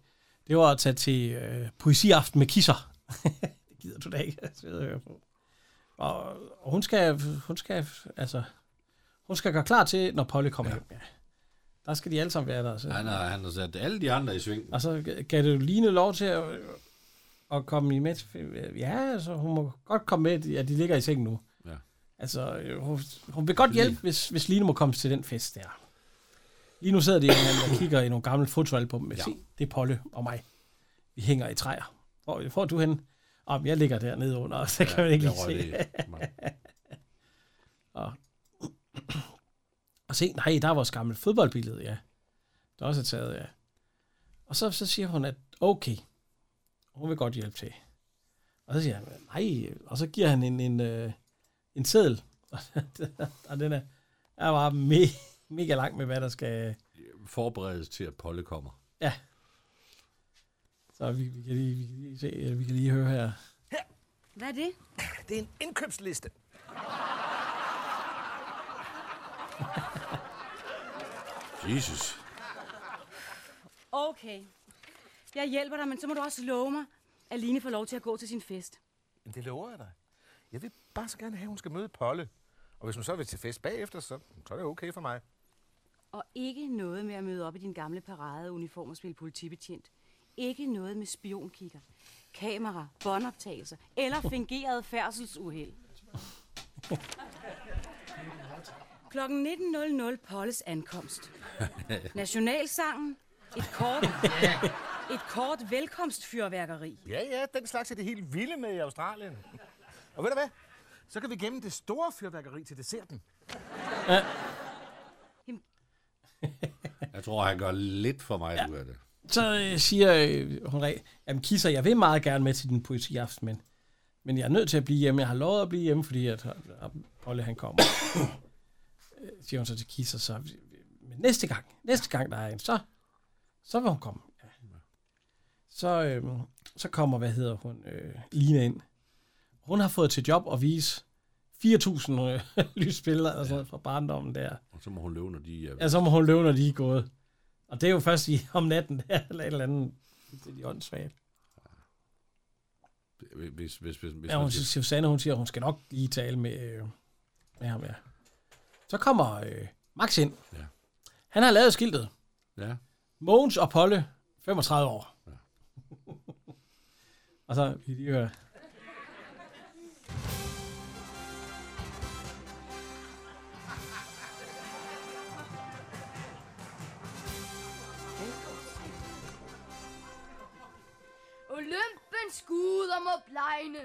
S2: Det var at tage til øh, poesiaften med kisser. det gider du da ikke. Altså, det ved jeg på. Og, og hun skal, hun skal, altså, hun skal gøre klar til, når Polly kommer ja. hjem. Ja. Der skal de alle sammen være der. Så.
S3: Han har, han har sat alle de andre i sving.
S2: Og så ga- gav det Line lov til at, at komme i med. til- Ja, altså, hun må godt komme med, at de ligger i sengen nu.
S3: Ja.
S2: Altså, øh, hun, hun vil godt hjælpe, hvis, hvis Line må komme til den fest der. Lige nu sidder de og kigger i nogle gamle fotoalbum med, ja. se, det er Polle og mig. Vi hænger i træer. Hvor, hvor er du henne? Om jeg ligger dernede under, og så ja, kan man ikke
S3: jeg
S2: lige
S3: røg
S2: se.
S3: det i. Nej.
S2: og, og se, nej, der er vores gamle fodboldbillede, ja. Der også er taget, ja. Og så, så siger hun, at okay, hun vil godt hjælpe til. Og så siger han, nej, og så giver han en, en, øh, en seddel. og den er, er bare me, mega lang med, hvad der skal...
S3: Forberedes til, at Polly kommer.
S2: Ja. Så vi, vi, kan, lige, vi, kan, lige se, øh, vi kan lige høre her.
S6: Hvad er det?
S4: Det er en indkøbsliste.
S3: Jesus.
S6: Okay. Jeg hjælper dig, men så må du også love mig, at Line får lov til at gå til sin fest.
S4: Jamen, det lover jeg dig. Jeg vil bare så gerne have, at hun skal møde Polle. Og hvis hun så vil til fest bagefter, så, så er det okay for mig.
S6: Og ikke noget med at møde op i din gamle paradeuniform og spille politibetjent. Ikke noget med spionkikker, kamera, båndoptagelser eller fingeret færdselsuheld. Klokken 19.00 Polles ankomst. Nationalsangen, et kort, et kort velkomstfyrværkeri.
S4: Ja, ja, den slags er det helt vilde med i Australien. Og ved du hvad? Så kan vi gemme det store fyrværkeri til desserten.
S3: Jeg tror, han gør lidt for meget ja. ud af det.
S2: Så øh, siger øh, hun, re- jamen Kisser, jeg vil meget gerne med til din poesiaften, men, men jeg er nødt til at blive hjemme. Jeg har lovet at blive hjemme, fordi at, at Olle han kommer. Øh, siger hun så til Kisser, så øh, men næste gang, næste gang der er en, så, så vil hun komme. Ja. Så, øh, så kommer, hvad hedder hun, øh, Lina ind. Hun har fået til job at vise 4.000 øh, lysbilleder eller sådan noget fra barndommen der.
S3: Og så må hun løbe, når de er...
S2: Ja, så må hun løbe, når de er gået. Og det er jo først i, om natten, der, eller et eller andet. Det er de åndssvage.
S3: Hvis, hvis, hvis, hvis, hvis
S2: Ja,
S3: man
S2: hun,
S3: siger-
S2: Susanne, hun siger, hun skal nok lige tale med, øh, med ham, ja. Så kommer øh, Max ind.
S3: Ja.
S2: Han har lavet skiltet.
S3: Ja.
S2: Mogens og Polle, 35 år. Ja. og så, vi lige hører.
S5: Olympens guder må blegne,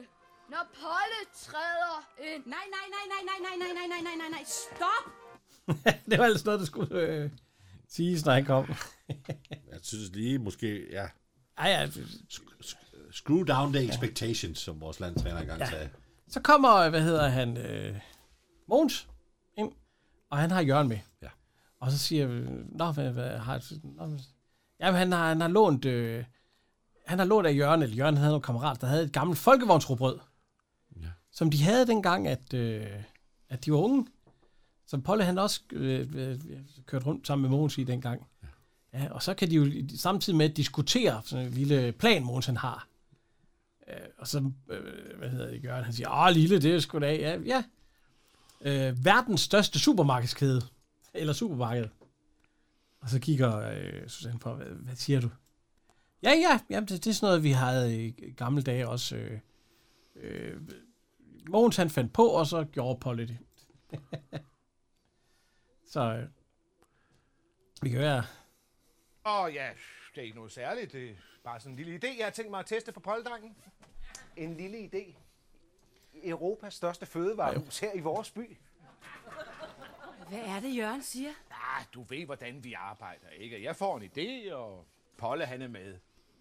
S5: når Polle træder ind.
S6: Nej, nej, nej, nej, nej, nej, nej, nej, nej, nej, nej, nej, stop!
S2: det var altså noget, der skulle øh, siges, når han kom.
S3: Jeg synes lige måske, ja,
S2: Ej, ja,
S3: sk- sk- Screw down the expectations, som vores landstræner engang ja. sagde.
S2: Så kommer, hvad hedder han, øh, Mogens ind, og han har Jørgen med.
S3: Ja.
S2: Og så siger vi, nå, hvad, hvad har nå, men- Jamen, han har, han har lånt, øh, han har lånt af Jørgen, eller Jørgen havde nogle kammerater, der havde et gammelt folkevognsrobrød, ja. som de havde dengang, at, øh, at de var unge, som Polle han også øh, øh, kørte rundt sammen med Mogens i dengang. Ja. ja. og så kan de jo samtidig med diskutere sådan en lille plan, Mogens han har. Øh, og så, øh, hvad hedder det, Jørgen, han siger, åh, lille, det er sgu da, ja, ja. Øh, verdens største supermarkedskæde, eller supermarked. Og så kigger øh, Susanne på, hvad, hvad siger du? Ja, ja, jamen, det, det er sådan noget, vi havde i gamle dage også. Øh, øh, Mogens han fandt på, og så gjorde Polly det. så øh, vi kan være...
S4: Åh ja, det er ikke noget særligt. Det er bare sådan en lille idé, jeg har tænkt mig at teste for polddrengen.
S13: En lille idé. Europas største fødevarehus her i vores by.
S6: Hvad er det, Jørgen siger?
S4: Ah, du ved, hvordan vi arbejder, ikke? Jeg får en idé, og Polle han er med.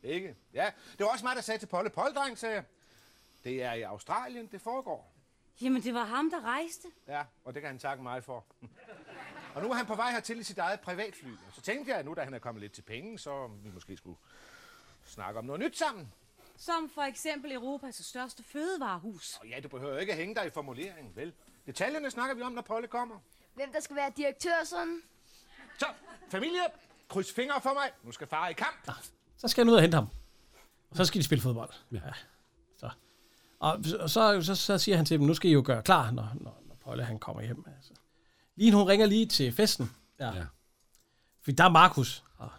S4: Ikke? Ja, det var også mig, der sagde til Polle, polddreng, sagde jeg. Det er i Australien, det foregår.
S6: Jamen, det var ham, der rejste.
S4: Ja, og det kan han takke mig for. og nu er han på vej hertil i sit eget privatfly. Og så tænkte jeg, at nu da han er kommet lidt til penge, så vi måske skulle snakke om noget nyt sammen.
S6: Som for eksempel Europas største fødevarehus.
S4: Og ja, du behøver ikke at hænge dig i formuleringen, vel? Detaljerne snakker vi om, når Polle kommer.
S5: Hvem der skal være direktør sådan?
S4: Så, familie, kryds fingre for mig. Nu skal far i kamp.
S2: Så skal han ud og hente ham. Og så skal de spille fodbold. Ja. ja. Så. Og, og så, så, så siger han til dem, nu skal I jo gøre klar, når, når, når Polle han kommer hjem. Altså. Lige hun ringer lige til festen. Ja. ja. Fordi der er Markus. Og,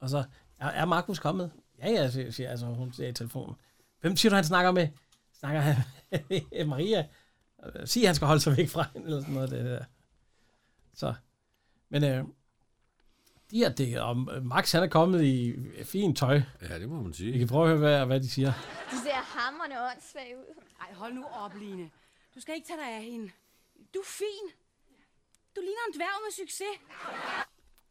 S2: og så, er, er Markus kommet? Ja, ja, siger, siger altså, hun siger i telefonen. Hvem siger du, han snakker med? Snakker han med Maria? Øh, Sig, han skal holde sig væk fra hende, eller sådan noget. Det der. Så. Men øh, de her, det, og øh, Max han er kommet i fint tøj.
S3: Ja, det må man sige.
S2: Vi kan prøve at høre, hvad, hvad de siger.
S9: De ser hammerne åndssvage ud.
S6: Ej, hold nu op, Line. Du skal ikke tage dig af hende. Du er fin. Du ligner en dværg med succes.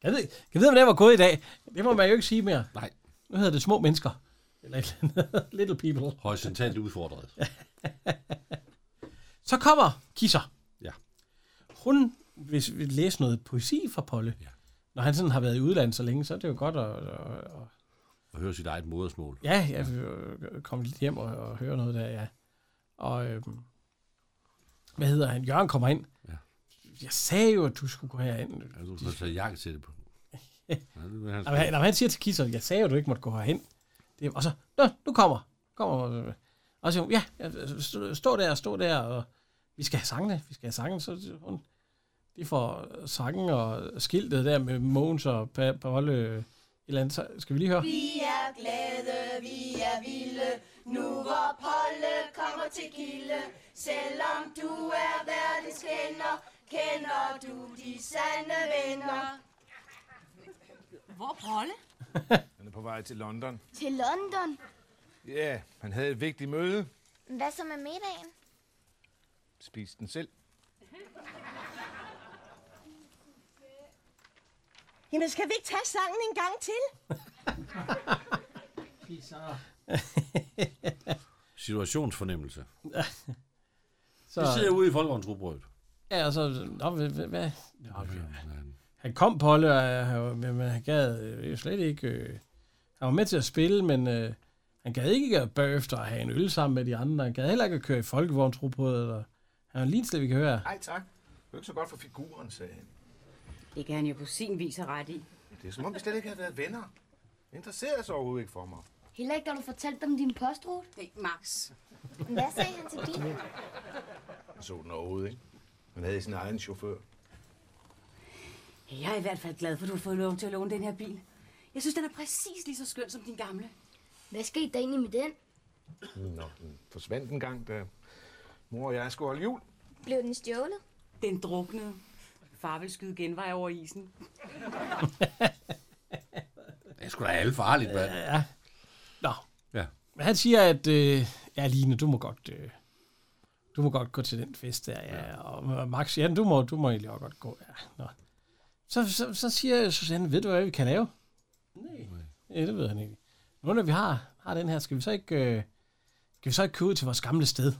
S2: Jeg ved, jeg ved, hvordan det var gået i dag. Det må man jo ikke sige mere. Nej. Nu hedder det små mennesker. Eller et eller andet. Little people.
S3: Horisontalt udfordret.
S2: Så kommer Kisser.
S3: Ja.
S2: Hun vil, vil læse noget poesi fra Polle. Ja. Når han sådan har været i udlandet så længe, så er det jo godt at, at, at
S3: Og høre sit eget modersmål.
S2: Ja, jeg øh, kom lidt hjem og, og høre noget der, ja. Og øhm, hvad hedder han? Jørgen kommer ind.
S3: Ja.
S2: Jeg sagde jo, at du skulle gå herind.
S3: Ja, du får tage jakke til det på. Ja, det vil han
S2: Når han, når han siger til Kisser, jeg sagde jo, at du ikke måtte gå herhen. Det, er- og så, Nå, nu kommer. kommer øh." og så siger hun, ja, ja, stå, stå der, stå der, og vi skal have sangene, vi skal have sangene. Så siger hun, de får øh, sangen og skiltet der med Mogens og Pa- Paolle, øh, et eller andet. Så skal vi lige høre?
S14: Vi er glade, vi er vilde, nu hvor Polle kommer til gilde. Selvom du er verdens kender, kender du de sande venner.
S6: Hvor Polle?
S4: Han er på vej til London.
S9: Til London.
S4: Ja, yeah, han havde et vigtigt møde.
S9: Hvad så med middagen?
S4: Spis den selv.
S10: Jamen, skal vi ikke tage sangen en gang til?
S3: Situationsfornemmelse.
S2: Så-
S3: Så... Vi sidder ude i folkevognsrubrødet.
S2: Ja, og så... Nå, hvad... hvad, hvad? Nå, han kom på det, og øh, han var- men men han gad øh, jo slet ikke... Øh, han var med til at spille, men øh, han gad ikke at bagefter at have en øl sammen med de andre. Han gad heller ikke at køre i folkevognsrubrød, eller... Han var lige slet, vi kan høre.
S4: Nej, tak. Det er ikke så godt for figuren, sagde han.
S6: Det kan han jo på sin vis have ret i.
S4: Det er som om, vi slet ikke har været venner. Interesserer sig overhovedet ikke for mig.
S5: Heller ikke, da du fortalte om din postrute?
S6: Det er Max.
S9: Hvad sagde han til bilen?
S4: Jeg så den overhovedet, ikke? Han havde sin egen chauffør.
S6: Jeg er i hvert fald glad for, at du har fået lov til at låne den her bil. Jeg synes, den er præcis lige så skøn som din gamle.
S5: Hvad skete der egentlig med den?
S4: Nå, den forsvandt en gang, da mor og jeg skulle holde jul.
S9: Blev den stjålet?
S6: Den druknede. Far vil skyde genvej over isen.
S3: Det er sgu da alle farligt, mand.
S2: Ja. Nå.
S3: Ja.
S2: Men han siger, at... Øh, ja, Line, du må godt... Øh, du må godt gå til den fest der, ja. ja. Og Max siger, ja, du må, du må egentlig også godt gå. Ja. Nå. Så, så, så siger Susanne, ved du, hvad vi kan lave? Nej. Ja, det ved han ikke. Nu når vi har... har den her, skal vi så ikke, øh, skal vi så ikke købe ud til vores gamle sted?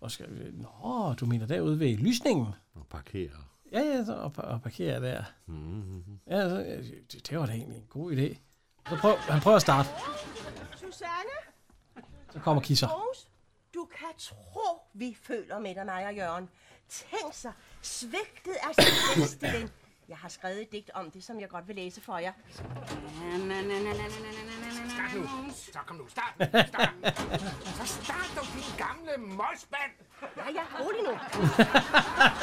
S2: Og skal vi, Nå, du mener derude ved lysningen?
S3: Og parkere.
S2: Ja, ja, så og, og parkere der.
S3: Mm-hmm.
S2: Ja, så, øh, det, det var da egentlig en god idé. Så prøv, han prøver at starte.
S14: Susanne?
S2: Så kommer kisser.
S14: Troels, du kan tro, vi føler med dig, mig og Jørgen. Tænk sig, svigtet af sin bedste ven. Jeg har skrevet et digt om det, som jeg godt vil læse for jer.
S4: Start nu. Så kom nu, start. Start. Så start du, din gamle mosband.
S14: Ja, ja, rolig nu.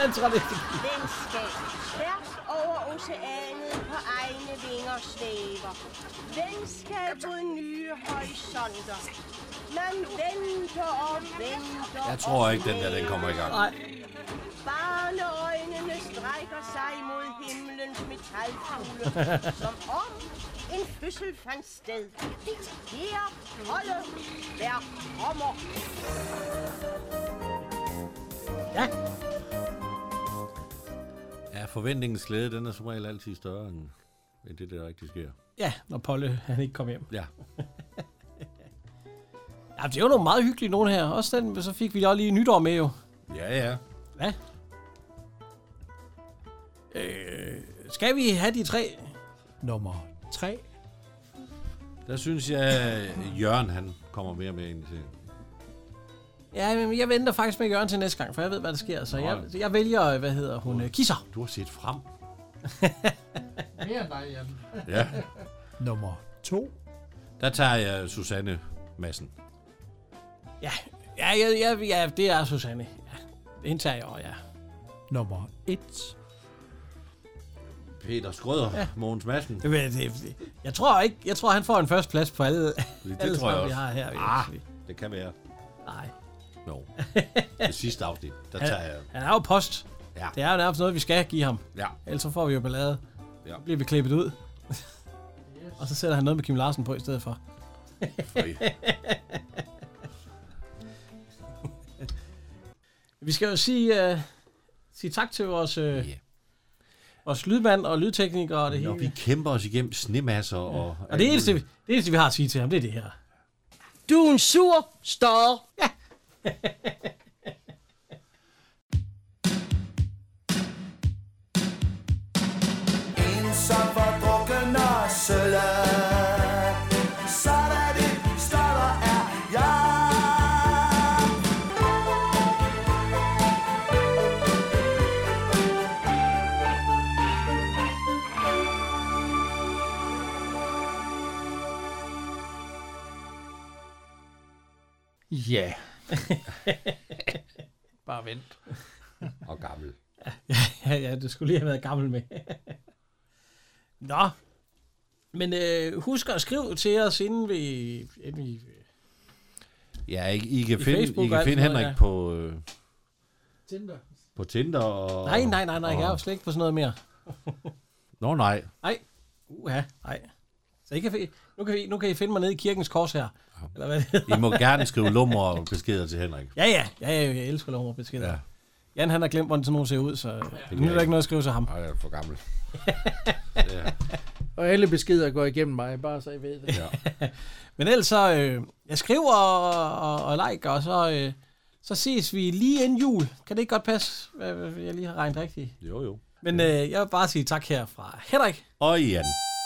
S2: Jeg tror, det er
S14: Venskab. Tværs over oceanet på egne vinger svæver. Venskab mod nye horisonter. Man venter og venter
S3: Jeg tror ikke, den der den kommer i gang.
S14: Nej. Barneøjnene strækker sig mod himlens metalkugle, som om en fødsel fandt sted. Her holde, hver kommer.
S2: Ja.
S3: Ja, forventningens glæde, den er som regel altid større end, end det, der rigtig sker.
S2: Ja, når Polle han ikke kom hjem.
S3: Ja.
S2: ja, det er jo nogle meget hyggelige nogen her. Også den, så fik vi også lige nytår med jo.
S3: Ja, ja.
S2: Hvad? Øh, skal vi have de tre? Nummer tre.
S3: Der synes jeg, Jørgen han kommer mere med ind til.
S2: Ja, men jeg venter faktisk med Jørgen til næste gang, for jeg ved, hvad der sker. Så jeg,
S3: Nå,
S2: jeg vælger, hvad hedder hun, øh, Kisser.
S3: Du har set frem.
S1: Mere end dig, Jan.
S3: Ja.
S15: Nummer to.
S3: Der tager jeg Susanne Madsen.
S2: Ja, ja, ja, ja, ja det er Susanne. Ja, hende tager jeg over, ja.
S15: Nummer et.
S3: Peter Skrøder,
S2: Ja.
S3: ja. Mogens Madsen.
S2: Det, ved jeg- det, jeg tror ikke, jeg tror, han får en første plads på alle,
S3: Det,
S2: alle
S3: det tror
S2: sange,
S3: jeg også.
S2: vi har her.
S3: ah, det kan være.
S2: Nej.
S3: Jo. Det sidste afsnit, der
S2: han,
S3: tager jeg...
S2: han er jo post.
S3: Ja.
S2: Det er jo nærmest noget, vi skal give ham.
S3: Ja.
S2: Ellers så får vi jo ballade.
S3: Ja.
S2: Så bliver vi klippet ud. Og så sætter han noget med Kim Larsen på i stedet for. vi skal jo sige, uh, sige tak til vores, uh, yeah. vores lydmand og lydtekniker og det
S3: Når
S2: hele.
S3: vi kæmper os igennem snemasser ja. og...
S2: Og det eneste, vi- det eneste, vi har at sige til ham, det er det her.
S14: Du er en sur stodder.
S2: Ja.
S12: En som var drukken og sølle Sådan en stodder er jeg
S1: Ja. Bare vent.
S3: Og gammel.
S2: ja, ja, det skulle lige have været gammel med. Nå. Men øh, husk at skrive til os, inden vi... Inden vi
S3: Ja, I, I kan
S2: I
S3: finde,
S2: Facebook
S3: I
S2: og
S3: kan
S2: alt
S3: finde
S2: sådan noget,
S3: Henrik
S2: ja.
S3: på, øh,
S1: Tinder.
S3: på Tinder og...
S2: nej, nej, nej, nej, jeg er jo
S3: Og,
S2: slet ikke på sådan noget mere.
S3: nå, nej.
S2: Nej. Uha, nej. Så I kan, fi- nu, kan I, nu kan I finde mig nede i kirkens kors her. Eller hvad det hedder.
S3: I må gerne skrive lummer og beskeder til Henrik.
S2: Ja, ja, ja, ja, jeg elsker lovmorbeskeder. Ja.
S3: Ja.
S2: Jan, han har glemt, hvordan sådan nogen ser ud, så det nytter
S3: jeg
S2: ikke noget at skrive til ham.
S3: Nej, jeg er for gammel. ja.
S1: Og alle beskeder går igennem mig, bare så I ved det.
S3: Ja.
S2: Men ellers så, øh, jeg skriver og, og, og like, og så, øh, så ses vi lige inden jul. Kan det ikke godt passe, hvad, hvad jeg lige har regnet rigtigt?
S3: Jo, jo.
S2: Men øh, jeg vil bare sige tak her fra Henrik.
S3: Og Jan.